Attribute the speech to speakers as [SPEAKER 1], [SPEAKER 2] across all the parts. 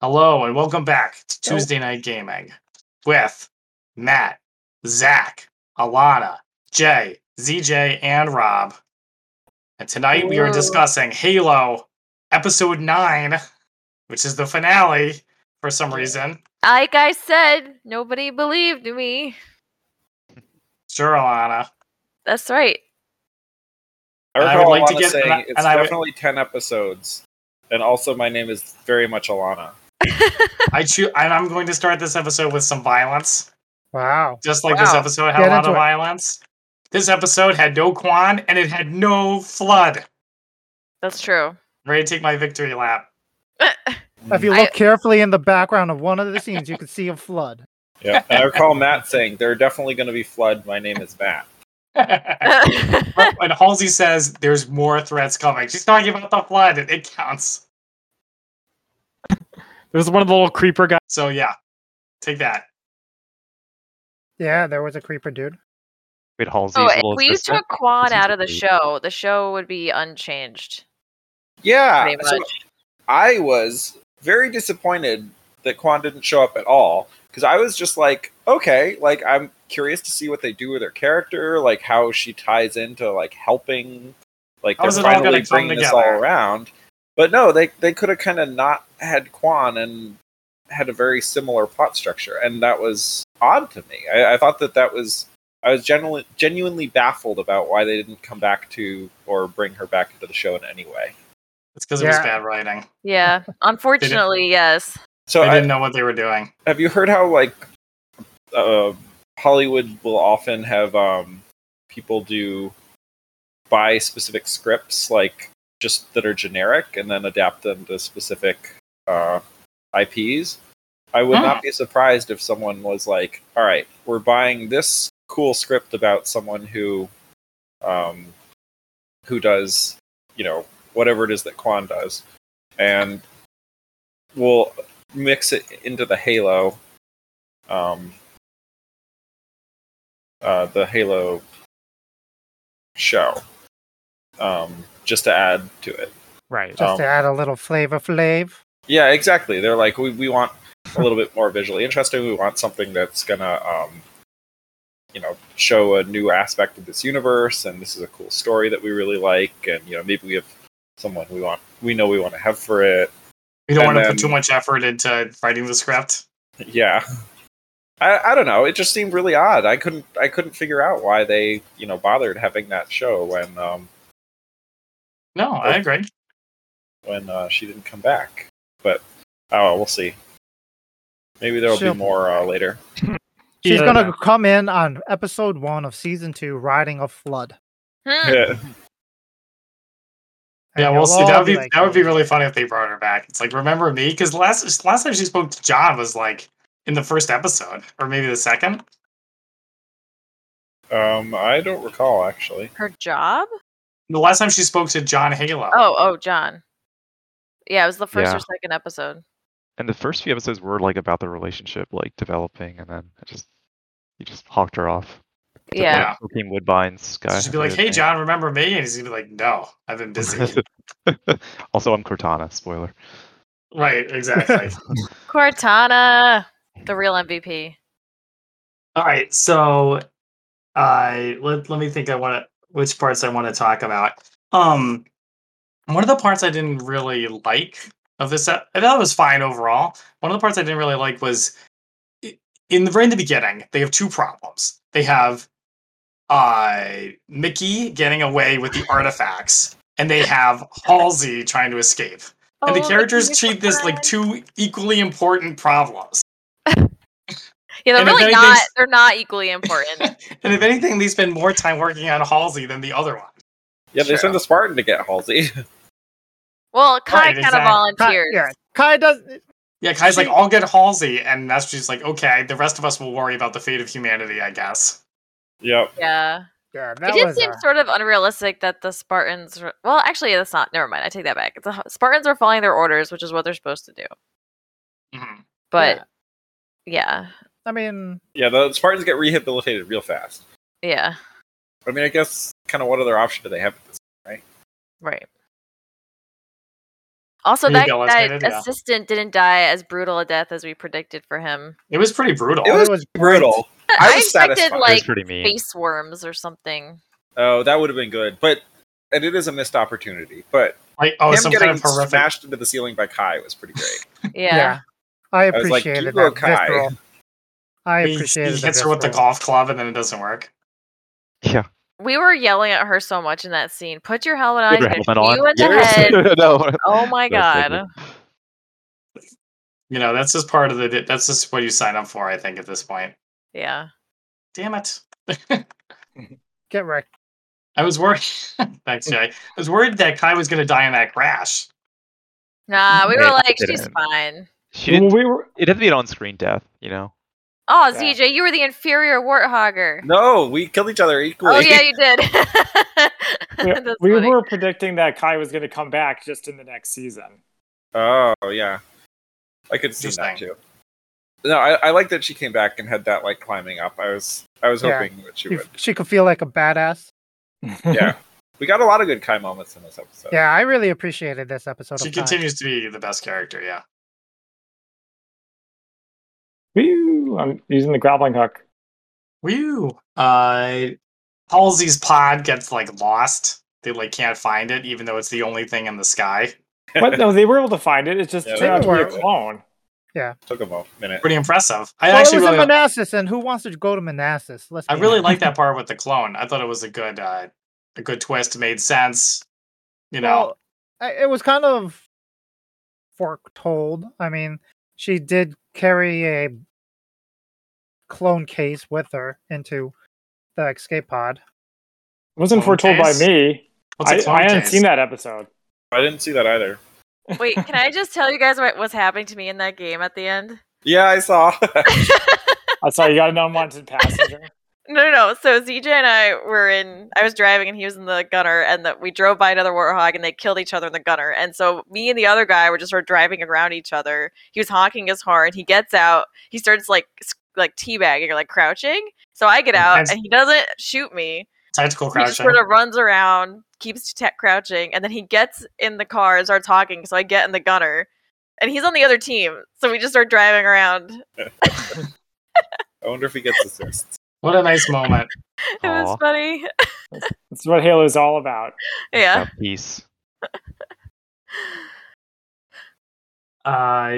[SPEAKER 1] Hello and welcome back to Tuesday Night Gaming with Matt, Zach, Alana, Jay, ZJ, and Rob. And tonight we are
[SPEAKER 2] Hello.
[SPEAKER 1] discussing Halo Episode 9, which is the finale for some reason.
[SPEAKER 2] Like I said, nobody believed me.
[SPEAKER 1] Sure, Alana.
[SPEAKER 2] That's right.
[SPEAKER 3] I
[SPEAKER 1] And I
[SPEAKER 3] recall
[SPEAKER 1] would like to
[SPEAKER 3] Alana
[SPEAKER 1] get-
[SPEAKER 3] saying
[SPEAKER 1] and I-
[SPEAKER 3] it's
[SPEAKER 1] and I would-
[SPEAKER 3] definitely ten episodes, and also my name is very much Alana.
[SPEAKER 1] I choo- and I'm going to start this episode with some violence.
[SPEAKER 4] Wow.
[SPEAKER 1] just like this
[SPEAKER 2] Wow.
[SPEAKER 1] episode had
[SPEAKER 4] Get
[SPEAKER 1] a lot
[SPEAKER 4] into
[SPEAKER 1] of
[SPEAKER 4] it.
[SPEAKER 1] violence. This episode had no Quan and it had no flood.
[SPEAKER 2] That's true.
[SPEAKER 1] I'm ready to take my victory lap.
[SPEAKER 4] If you
[SPEAKER 2] I-
[SPEAKER 4] look carefully in the background of one of the scenes, you can see a flood.
[SPEAKER 3] Yeah, and I recall Matt saying there are definitely going to be flood. My name is Matt.
[SPEAKER 1] when Halsey says there's more threats coming, she's talking about the flood. It, it counts.
[SPEAKER 5] It was one of the little creeper guys.
[SPEAKER 1] So yeah, take that.
[SPEAKER 4] Yeah, there was a creeper dude.
[SPEAKER 5] Wait, Halsey's
[SPEAKER 2] oh, if
[SPEAKER 5] little
[SPEAKER 2] we
[SPEAKER 5] assistant?
[SPEAKER 2] took Quan
[SPEAKER 5] This is
[SPEAKER 2] out of the
[SPEAKER 5] great.
[SPEAKER 2] show, the show would be unchanged.
[SPEAKER 3] Yeah,
[SPEAKER 1] Ah,
[SPEAKER 2] Pretty
[SPEAKER 3] so
[SPEAKER 2] much.
[SPEAKER 3] I was very disappointed that Quan didn't show up at all because I was just like, okay, like I'm curious to see what they do with her character, like how she ties into like helping, like
[SPEAKER 1] How
[SPEAKER 3] they're
[SPEAKER 1] is it all gonna
[SPEAKER 3] finally
[SPEAKER 1] come
[SPEAKER 3] bringing this all
[SPEAKER 1] together?
[SPEAKER 3] around. But no, they they could have kind of not had Quan and had a very similar plot structure, and that was odd to me. I, I thought that that was. I was genuinely, genuinely baffled about why they didn't come back to or bring her back into the show in any way.
[SPEAKER 1] It's because it was
[SPEAKER 4] Yeah.
[SPEAKER 1] bad writing.
[SPEAKER 2] Yeah. Unfortunately, yes.
[SPEAKER 3] So
[SPEAKER 1] they
[SPEAKER 3] I,
[SPEAKER 1] didn't know what they were doing.
[SPEAKER 3] have you heard how like uh, Hollywood will often have um, people do buy specific scripts like just that are generic and then adapt them to specific uh, IPs? I would not be surprised if someone was like, "All right, we're buying this cool script about someone who, um, who does you know whatever it is that Quan does, and we'll mix it into the Halo, um, uh, the Halo show, um, just to add to it.
[SPEAKER 5] Right.
[SPEAKER 4] Just
[SPEAKER 3] Oh.
[SPEAKER 1] Um,
[SPEAKER 4] to add a little flavor flav.
[SPEAKER 3] Yeah, exactly. They're like, we we want a little bit more visually interesting. We want something that's gonna, um, you know, show a new aspect of this universe, and this is a cool story that we really like, and you know, maybe we have someone we want, we know we want to have for it.
[SPEAKER 1] We don't
[SPEAKER 3] And
[SPEAKER 1] want to
[SPEAKER 3] then-
[SPEAKER 1] put too much effort into writing the script.
[SPEAKER 3] Yeah. I, I don't know. It just seemed really odd. I couldn't I couldn't figure out why they you know bothered having that show when um
[SPEAKER 1] No, I agree.
[SPEAKER 3] when uh, she didn't come back. But oh, we'll see. Maybe there'll
[SPEAKER 4] She'll-
[SPEAKER 3] be more uh, later.
[SPEAKER 4] She's
[SPEAKER 5] Yeah.
[SPEAKER 4] gonna come in on episode one of season two, riding a flood.
[SPEAKER 2] Hmm.
[SPEAKER 3] Yeah.
[SPEAKER 4] And
[SPEAKER 1] yeah, we'll
[SPEAKER 4] you'll
[SPEAKER 1] see.
[SPEAKER 4] all
[SPEAKER 1] That would be
[SPEAKER 4] like,
[SPEAKER 1] that
[SPEAKER 5] um,
[SPEAKER 1] would be really funny if they brought her back. It's like remember me because last last time she spoke to John was like in the first episode or maybe the second.
[SPEAKER 3] um, I don't recall actually.
[SPEAKER 2] Her job?
[SPEAKER 1] The last time she spoke to John Halo.
[SPEAKER 2] Oh, oh, John. Yeah, it was the first
[SPEAKER 5] Yeah.
[SPEAKER 2] or second episode.
[SPEAKER 5] And the first few episodes were like about the relationship, like developing, and then it just he just hawked her off. Did,
[SPEAKER 2] Yeah.
[SPEAKER 5] Like, Joaquin Woodbine's guy.
[SPEAKER 1] So she'd be like, "Hey, John, remember me?" And he's gonna be like, "No, I've been busy."
[SPEAKER 5] also, I'm Cortana. Spoiler.
[SPEAKER 1] right, exactly.
[SPEAKER 2] Cortana, the real MVP.
[SPEAKER 1] All right, so I let let me think. I want to which parts I want to talk about. Um, one of the parts I didn't really like of this, ep- I thought it was fine overall. One of the parts I didn't really like was i- in the very in the beginning. They have two problems. They have uh Mickey getting away with the artifacts, and they have Halsey trying to escape. And the
[SPEAKER 2] Oh,
[SPEAKER 1] characters
[SPEAKER 2] Mickey
[SPEAKER 1] treat this like
[SPEAKER 2] Mouse.
[SPEAKER 1] two equally important problems.
[SPEAKER 2] Yeah, they're
[SPEAKER 1] and if
[SPEAKER 2] really
[SPEAKER 1] anything's-
[SPEAKER 2] not. They're not equally important.
[SPEAKER 1] And if anything, they spend more time working on Halsey than the other one.
[SPEAKER 3] Yeah, they
[SPEAKER 1] Sure.
[SPEAKER 3] sent a Spartan to get Halsey.
[SPEAKER 2] well, Kai
[SPEAKER 1] Right,
[SPEAKER 2] kind
[SPEAKER 1] exactly.
[SPEAKER 2] of
[SPEAKER 4] Kai,
[SPEAKER 2] volunteers.
[SPEAKER 4] yeah, Kai does.
[SPEAKER 1] Yeah, Kai's like,
[SPEAKER 4] She-
[SPEAKER 1] I'll get Halsey, and that's she's like, okay, the rest of us will worry about the fate of humanity, I guess.
[SPEAKER 3] yep.
[SPEAKER 2] yeah.
[SPEAKER 4] Yeah, that
[SPEAKER 2] it did
[SPEAKER 4] was uh,
[SPEAKER 2] seem
[SPEAKER 4] a-
[SPEAKER 2] sort of unrealistic that the Spartans. were- Well, actually, that's not. Never mind. I take that back. The Spartans are following their orders, which is what they're supposed to do.
[SPEAKER 1] Mhm.
[SPEAKER 2] But yeah,
[SPEAKER 4] I mean,
[SPEAKER 3] Yeah, the Spartans get rehabilitated real fast.
[SPEAKER 2] yeah,
[SPEAKER 3] I mean, I guess kind of what other option do they have at this?
[SPEAKER 2] right. Also,
[SPEAKER 1] There
[SPEAKER 2] that,
[SPEAKER 1] you go, that's
[SPEAKER 2] that
[SPEAKER 1] good, yeah.
[SPEAKER 2] assistant didn't die as brutal a death as we predicted for him.
[SPEAKER 1] It was pretty brutal.
[SPEAKER 3] It was- brutal. I
[SPEAKER 2] I
[SPEAKER 3] was
[SPEAKER 2] expected
[SPEAKER 3] satisfied.
[SPEAKER 5] It
[SPEAKER 2] like
[SPEAKER 5] was pretty mean.
[SPEAKER 2] face worms or something.
[SPEAKER 3] Oh, that would have been good, but and it is a missed opportunity. But
[SPEAKER 1] like oh,
[SPEAKER 3] him
[SPEAKER 1] some
[SPEAKER 3] getting
[SPEAKER 1] kind of horrific.
[SPEAKER 3] smashed into the ceiling by Kai was pretty great.
[SPEAKER 2] Yeah.
[SPEAKER 4] I
[SPEAKER 3] was like,
[SPEAKER 4] appreciated
[SPEAKER 3] "You
[SPEAKER 4] that.
[SPEAKER 3] go, Kai."
[SPEAKER 4] visceral. I
[SPEAKER 1] He,
[SPEAKER 4] appreciated
[SPEAKER 1] he
[SPEAKER 4] the
[SPEAKER 1] hits her with the
[SPEAKER 4] visceral.
[SPEAKER 1] golf club and then it doesn't work.
[SPEAKER 5] Yeah.
[SPEAKER 2] We were yelling at her so much in that scene. Put your helmet on.
[SPEAKER 5] Put your
[SPEAKER 2] he's
[SPEAKER 5] helmet
[SPEAKER 2] gonna shoot
[SPEAKER 5] on.
[SPEAKER 2] You in the
[SPEAKER 3] Yes.
[SPEAKER 2] head.
[SPEAKER 5] no.
[SPEAKER 2] Oh my
[SPEAKER 5] That's so
[SPEAKER 2] god.
[SPEAKER 5] good.
[SPEAKER 1] You know, that's just part of the. That's just what you sign up for, I think, at this point.
[SPEAKER 2] Yeah.
[SPEAKER 1] Damn it!
[SPEAKER 4] Get wrecked.
[SPEAKER 1] I was worried. Thanks,
[SPEAKER 3] Mm.
[SPEAKER 1] Jay. I was worried that Kai was going to die in that crash.
[SPEAKER 2] Nah, we were
[SPEAKER 5] Yeah,
[SPEAKER 2] like,
[SPEAKER 5] it
[SPEAKER 2] she's
[SPEAKER 5] didn't.
[SPEAKER 2] fine.
[SPEAKER 5] She didn't.
[SPEAKER 6] we were
[SPEAKER 5] It had to be an on-screen death, you know.
[SPEAKER 2] Oh,
[SPEAKER 1] Yeah.
[SPEAKER 2] ZJ, you were the inferior warthogger.
[SPEAKER 3] No, we killed each other equally.
[SPEAKER 2] Oh yeah, you did.
[SPEAKER 6] we,
[SPEAKER 2] That's
[SPEAKER 6] we
[SPEAKER 2] funny.
[SPEAKER 6] were predicting that Kai was going to come back just in the next season.
[SPEAKER 3] Oh yeah, I could see
[SPEAKER 1] Interesting.
[SPEAKER 3] that too. No, I, I like that she came back and had that like climbing up. I was I was
[SPEAKER 4] Yeah.
[SPEAKER 3] hoping that she
[SPEAKER 4] She,
[SPEAKER 3] would.
[SPEAKER 4] she could feel like a badass.
[SPEAKER 3] Yeah, we got a lot of good Kai moments in this episode.
[SPEAKER 4] Yeah, I really appreciated this episode.
[SPEAKER 1] She
[SPEAKER 4] of Kai.
[SPEAKER 1] continues to be the best character. Yeah.
[SPEAKER 6] Whew, I'm using the grappling hook.
[SPEAKER 1] Woo. Uh, Halsey's pod gets like lost. They like can't find it, even though it's the only thing in the sky.
[SPEAKER 6] But no, they were able to find it. It just
[SPEAKER 3] Yeah,
[SPEAKER 6] turned out to
[SPEAKER 4] they
[SPEAKER 6] be a
[SPEAKER 3] were.
[SPEAKER 6] clone.
[SPEAKER 3] Took a mo- minute.
[SPEAKER 1] Pretty impressive. I
[SPEAKER 4] Well, it
[SPEAKER 1] actually
[SPEAKER 4] was
[SPEAKER 1] really,
[SPEAKER 4] in Manassas, and who wants to go to Manassas? Let's.
[SPEAKER 1] I
[SPEAKER 4] be
[SPEAKER 1] really
[SPEAKER 4] honest.
[SPEAKER 1] like that part with the clone. I thought it was a good, uh, a good twist. Made sense. You know.
[SPEAKER 4] Well, I- it was kind of foretold. I mean, she did carry a clone case with her into the escape pod.
[SPEAKER 6] It wasn't
[SPEAKER 1] Clone
[SPEAKER 6] foretold by
[SPEAKER 1] case?
[SPEAKER 6] me.
[SPEAKER 1] What's a
[SPEAKER 6] I,
[SPEAKER 1] clone
[SPEAKER 6] I hadn't
[SPEAKER 1] case?
[SPEAKER 6] seen that episode.
[SPEAKER 3] I didn't see that either.
[SPEAKER 2] Wait, can I just tell you guys what was happening to me in that game at the end?
[SPEAKER 3] Yeah, I saw.
[SPEAKER 6] I saw you got an unwanted passenger.
[SPEAKER 2] No, no, no. So ZJ and I were in. I was driving, and he was in the gunner, and the, we drove by another warthog, and they killed each other in the gunner. And so me and the other guy were just sort of driving around each other. He was honking his horn. He gets out. He starts like s- like teabagging or like crouching. So I get out,
[SPEAKER 1] Nice.
[SPEAKER 2] and he doesn't shoot me.
[SPEAKER 1] Tactical
[SPEAKER 2] He just
[SPEAKER 1] crouching.
[SPEAKER 2] sort of runs around, keeps t- crouching, and then he gets in the car and starts honking. So I get in the gunner, and he's on the other team. So we just start driving around.
[SPEAKER 3] I wonder if he gets assists.
[SPEAKER 1] What a nice moment.
[SPEAKER 2] It was
[SPEAKER 5] Aw.
[SPEAKER 2] funny.
[SPEAKER 6] That's what Halo's all about.
[SPEAKER 2] yeah.
[SPEAKER 5] About peace.
[SPEAKER 1] Uh,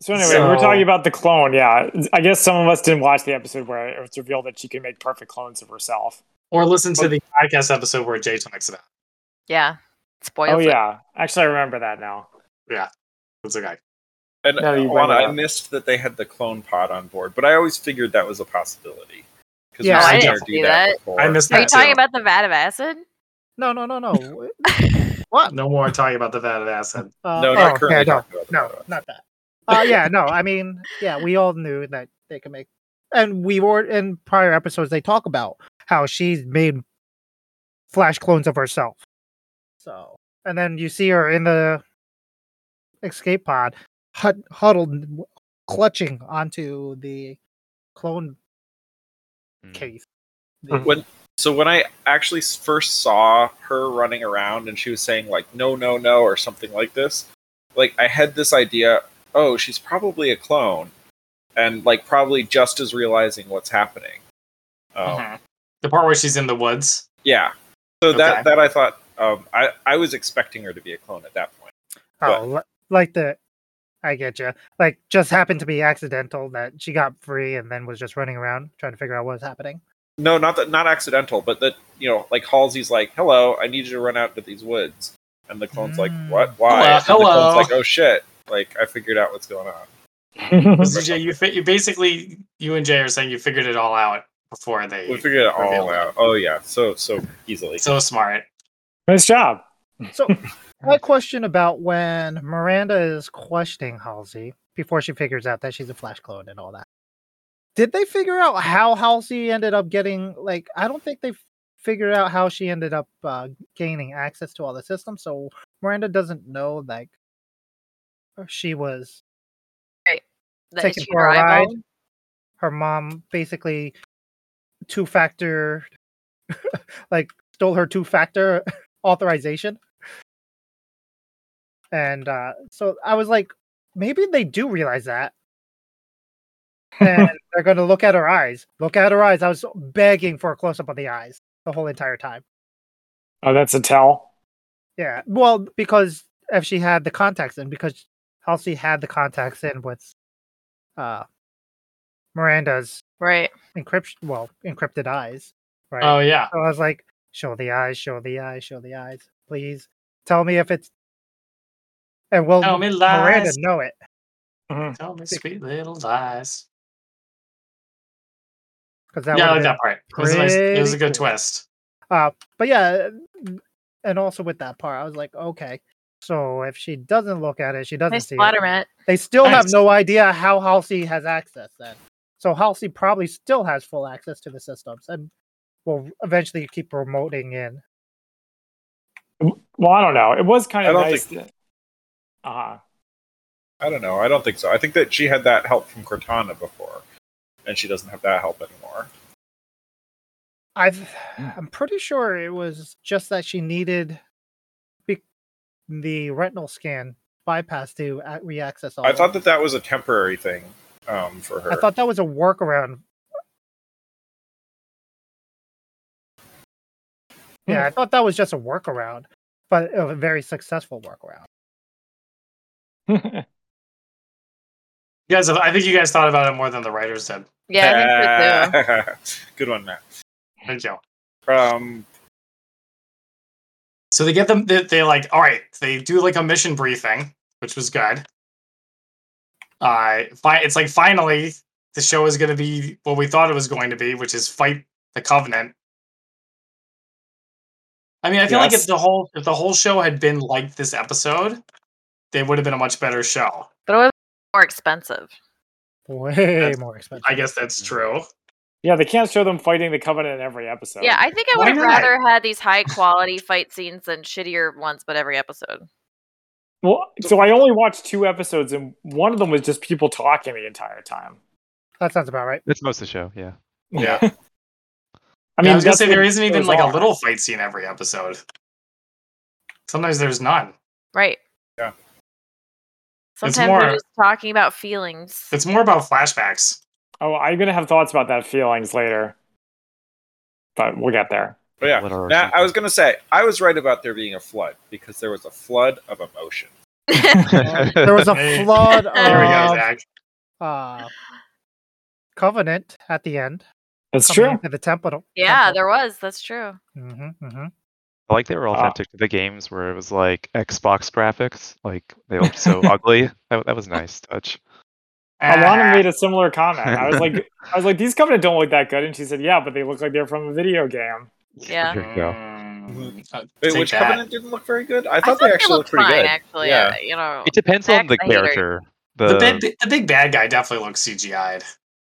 [SPEAKER 6] So anyway, we we're
[SPEAKER 1] So-
[SPEAKER 6] talking about the clone. Yeah, I guess some of us didn't watch the episode where it was revealed that she can make perfect clones of herself.
[SPEAKER 1] or listen to the podcast episode where Jay talks about. it.
[SPEAKER 2] Yeah. Spoils
[SPEAKER 6] Oh
[SPEAKER 2] it.
[SPEAKER 6] yeah, actually, I remember that now.
[SPEAKER 1] It's okay.
[SPEAKER 3] And
[SPEAKER 6] No, you bring
[SPEAKER 3] Juana,
[SPEAKER 6] it
[SPEAKER 3] I
[SPEAKER 6] up.
[SPEAKER 3] missed that they had the clone pod on board, but I always figured that was a possibility. 'Cause
[SPEAKER 4] Yeah,
[SPEAKER 3] we've
[SPEAKER 4] I
[SPEAKER 3] seen
[SPEAKER 2] didn't
[SPEAKER 3] her
[SPEAKER 2] see that.
[SPEAKER 3] before.
[SPEAKER 1] I missed
[SPEAKER 2] Are
[SPEAKER 1] that
[SPEAKER 2] you
[SPEAKER 1] too.
[SPEAKER 2] talking about the vat of acid?
[SPEAKER 4] No, no, no, no. Uh,
[SPEAKER 1] No more talking about the vat of acid.
[SPEAKER 3] No,
[SPEAKER 4] oh,
[SPEAKER 3] not
[SPEAKER 4] okay,
[SPEAKER 3] currently.
[SPEAKER 4] no,
[SPEAKER 3] talking about
[SPEAKER 4] no,
[SPEAKER 3] that.
[SPEAKER 4] not that. Uh, yeah, no. I mean, yeah, we all knew that they could make, and we were in prior episodes. They talk about how she's made flash clones of herself. So, and then you see her in the escape pod, hud- huddled, clutching onto the clone
[SPEAKER 5] Mm.
[SPEAKER 4] case.
[SPEAKER 1] Mhm.
[SPEAKER 3] When so when I actually s- first saw her running around and she was saying like no no no or something like this, like I had this idea, oh, she's probably a clone, and like probably just as realizing what's happening. Um,
[SPEAKER 4] Oh.
[SPEAKER 1] Mhm. The part where she's in the woods.
[SPEAKER 3] Yeah. So
[SPEAKER 1] Okay.
[SPEAKER 3] that that I thought um, I I was expecting her to be a clone at that point.
[SPEAKER 4] Oh, li- like the. I get you. Like, just happened to be accidental that she got free and then was just running around trying to figure out what was happening.
[SPEAKER 3] No, not that not accidental, but that you know, like Halsey's like, "Hello, I need you to run out to these woods," and the clone's like,
[SPEAKER 4] Mm.
[SPEAKER 3] "What? Why?"
[SPEAKER 1] Hello,
[SPEAKER 3] and the
[SPEAKER 1] hello.
[SPEAKER 3] clone's like, "Oh shit! Like I figured out what's going on."
[SPEAKER 1] ZJ, you fi- you basically you and Jay are saying you figured it all out before they.
[SPEAKER 3] We figured it all
[SPEAKER 1] Revealed.
[SPEAKER 3] out. Oh yeah, so so easily.
[SPEAKER 1] so smart.
[SPEAKER 6] nice job.
[SPEAKER 4] So, my question about when Miranda is questioning Halsey before she figures out that she's a flash clone and all that. Did they figure out how Halsey ended up getting like I don't think they figured out how she ended up uh, gaining access to all the systems. So Miranda doesn't know like she was
[SPEAKER 2] The
[SPEAKER 4] Taken
[SPEAKER 2] issue
[SPEAKER 4] for a ride.
[SPEAKER 2] eyeball?
[SPEAKER 4] her mom basically two factor like stole her two factor authorization. And uh, so I was like, maybe they do realize that. And they're going to look at her eyes. Look at her eyes. I was begging for a close up of the eyes the whole entire time.
[SPEAKER 6] Oh, that's a tell.
[SPEAKER 4] Yeah. Well, because if she had the contacts in, because Halsey had the contacts in with uh, Miranda's
[SPEAKER 2] Right.
[SPEAKER 4] encryption, well, encrypted eyes, right?
[SPEAKER 1] Oh yeah.
[SPEAKER 4] So I was like, show the eyes, show the eyes, show the eyes. Please tell me if it's. And will
[SPEAKER 1] Tell me
[SPEAKER 4] Oh, Miranda
[SPEAKER 1] lies.
[SPEAKER 4] know it?
[SPEAKER 1] Tell me sweet little lies.
[SPEAKER 4] Because
[SPEAKER 1] Yeah,
[SPEAKER 4] that
[SPEAKER 1] I
[SPEAKER 4] would've
[SPEAKER 1] like that part. It was, a nice, it was a good
[SPEAKER 4] pretty cool.
[SPEAKER 1] twist.
[SPEAKER 4] Uh, but yeah, and also with that part, I was like, okay. So if she doesn't look at it, she doesn't
[SPEAKER 2] Hey,
[SPEAKER 4] see it.
[SPEAKER 2] Splattermat.
[SPEAKER 4] They still have
[SPEAKER 1] Nice.
[SPEAKER 4] no idea how Halsey has access then. So Halsey probably still has full access to the systems and will eventually keep remoting in.
[SPEAKER 6] Well, I don't know. It was kind
[SPEAKER 3] I
[SPEAKER 6] of
[SPEAKER 3] don't
[SPEAKER 6] nice.
[SPEAKER 3] think-
[SPEAKER 6] that- uh-huh.
[SPEAKER 3] I don't know. I don't think so. I think that she had that help from Cortana before, and she doesn't have that help anymore.
[SPEAKER 4] I've
[SPEAKER 1] Mm.
[SPEAKER 4] I'm pretty sure it was just that she needed be- the retinal scan bypass to a- reaccess all.
[SPEAKER 3] I
[SPEAKER 4] of
[SPEAKER 3] thought
[SPEAKER 4] it.
[SPEAKER 3] that that was a temporary thing um, for her.
[SPEAKER 4] Oh. I thought that was a workaround.
[SPEAKER 1] Hmm.
[SPEAKER 4] Yeah, I thought that was just a workaround, but a very successful workaround.
[SPEAKER 1] You guys, have- I think you guys thought about it more than the writers did.
[SPEAKER 2] Yeah, I think so too.
[SPEAKER 3] Good one, Matt.
[SPEAKER 1] Thank you.
[SPEAKER 3] Um,
[SPEAKER 1] So they get them. They, they like, all right. They do like a mission briefing, which was good. Uh, fi- it's like finally the show is going to be what we thought it was going to be, which is fight the Covenant. I mean, I feel like if
[SPEAKER 6] Yes.
[SPEAKER 1] the whole if the whole show had been like this episode, they would have been a much better show.
[SPEAKER 2] But it was more expensive.
[SPEAKER 4] Way
[SPEAKER 1] That's-
[SPEAKER 4] more expensive.
[SPEAKER 1] I guess
[SPEAKER 3] Mm.
[SPEAKER 1] that's true.
[SPEAKER 6] yeah, they can't show them fighting the Covenant in every episode.
[SPEAKER 2] Yeah, I think I
[SPEAKER 1] Why
[SPEAKER 2] would have
[SPEAKER 1] not?
[SPEAKER 2] rather had these high quality fight scenes than shittier ones, but every episode.
[SPEAKER 6] Well, so I only watched two episodes, and one of them was just people talking the entire time.
[SPEAKER 4] that sounds about right.
[SPEAKER 5] It's most of the show, yeah.
[SPEAKER 1] Yeah. I
[SPEAKER 6] I
[SPEAKER 1] mean,
[SPEAKER 6] mean,
[SPEAKER 1] I was gonna
[SPEAKER 6] that's
[SPEAKER 1] say
[SPEAKER 6] what
[SPEAKER 1] there isn't even
[SPEAKER 6] shows
[SPEAKER 1] like a
[SPEAKER 6] are.
[SPEAKER 1] little fight scene every episode. Sometimes there's none.
[SPEAKER 2] Right.
[SPEAKER 3] Yeah.
[SPEAKER 2] Sometimes
[SPEAKER 1] more-
[SPEAKER 2] they're just talking about feelings.
[SPEAKER 1] It's more about flashbacks.
[SPEAKER 6] Oh, I'm gonna have thoughts about that feelings later, but we'll get there.
[SPEAKER 3] but Oh, yeah,
[SPEAKER 5] What are our
[SPEAKER 3] Matt, I
[SPEAKER 5] symptoms?
[SPEAKER 3] was going to say, I was right about there being a flood because there was a flood of emotion.
[SPEAKER 4] There was a
[SPEAKER 1] Hey.
[SPEAKER 4] flood
[SPEAKER 1] There we go,
[SPEAKER 4] of
[SPEAKER 1] Zach.
[SPEAKER 4] uh, covenant at the end.
[SPEAKER 6] That's
[SPEAKER 4] coming
[SPEAKER 6] true.
[SPEAKER 4] into the temple.
[SPEAKER 2] yeah, there was. That's true.
[SPEAKER 4] hmm hmm
[SPEAKER 5] I like they were authentic to the games where it was like Xbox graphics, like they looked so ugly. That, that was a nice touch.
[SPEAKER 6] Alana
[SPEAKER 1] Ah.
[SPEAKER 6] made a similar comment. I was like, I was like, these Covenant don't look that good, and she said, yeah, but they look like they're from a video game.
[SPEAKER 2] Yeah.
[SPEAKER 5] There you go.
[SPEAKER 1] Mm, uh,
[SPEAKER 3] Wait,
[SPEAKER 1] take
[SPEAKER 3] which
[SPEAKER 1] that.
[SPEAKER 3] Covenant didn't look very good? I
[SPEAKER 2] I
[SPEAKER 3] thought they actually looked pretty
[SPEAKER 2] fine,
[SPEAKER 3] good.
[SPEAKER 2] actually. uh,
[SPEAKER 3] Yeah.
[SPEAKER 2] You know,
[SPEAKER 5] It depends on
[SPEAKER 2] Max
[SPEAKER 5] the
[SPEAKER 2] the Hater.
[SPEAKER 5] character. The,
[SPEAKER 1] The, big, the big bad guy definitely looks CGI'd.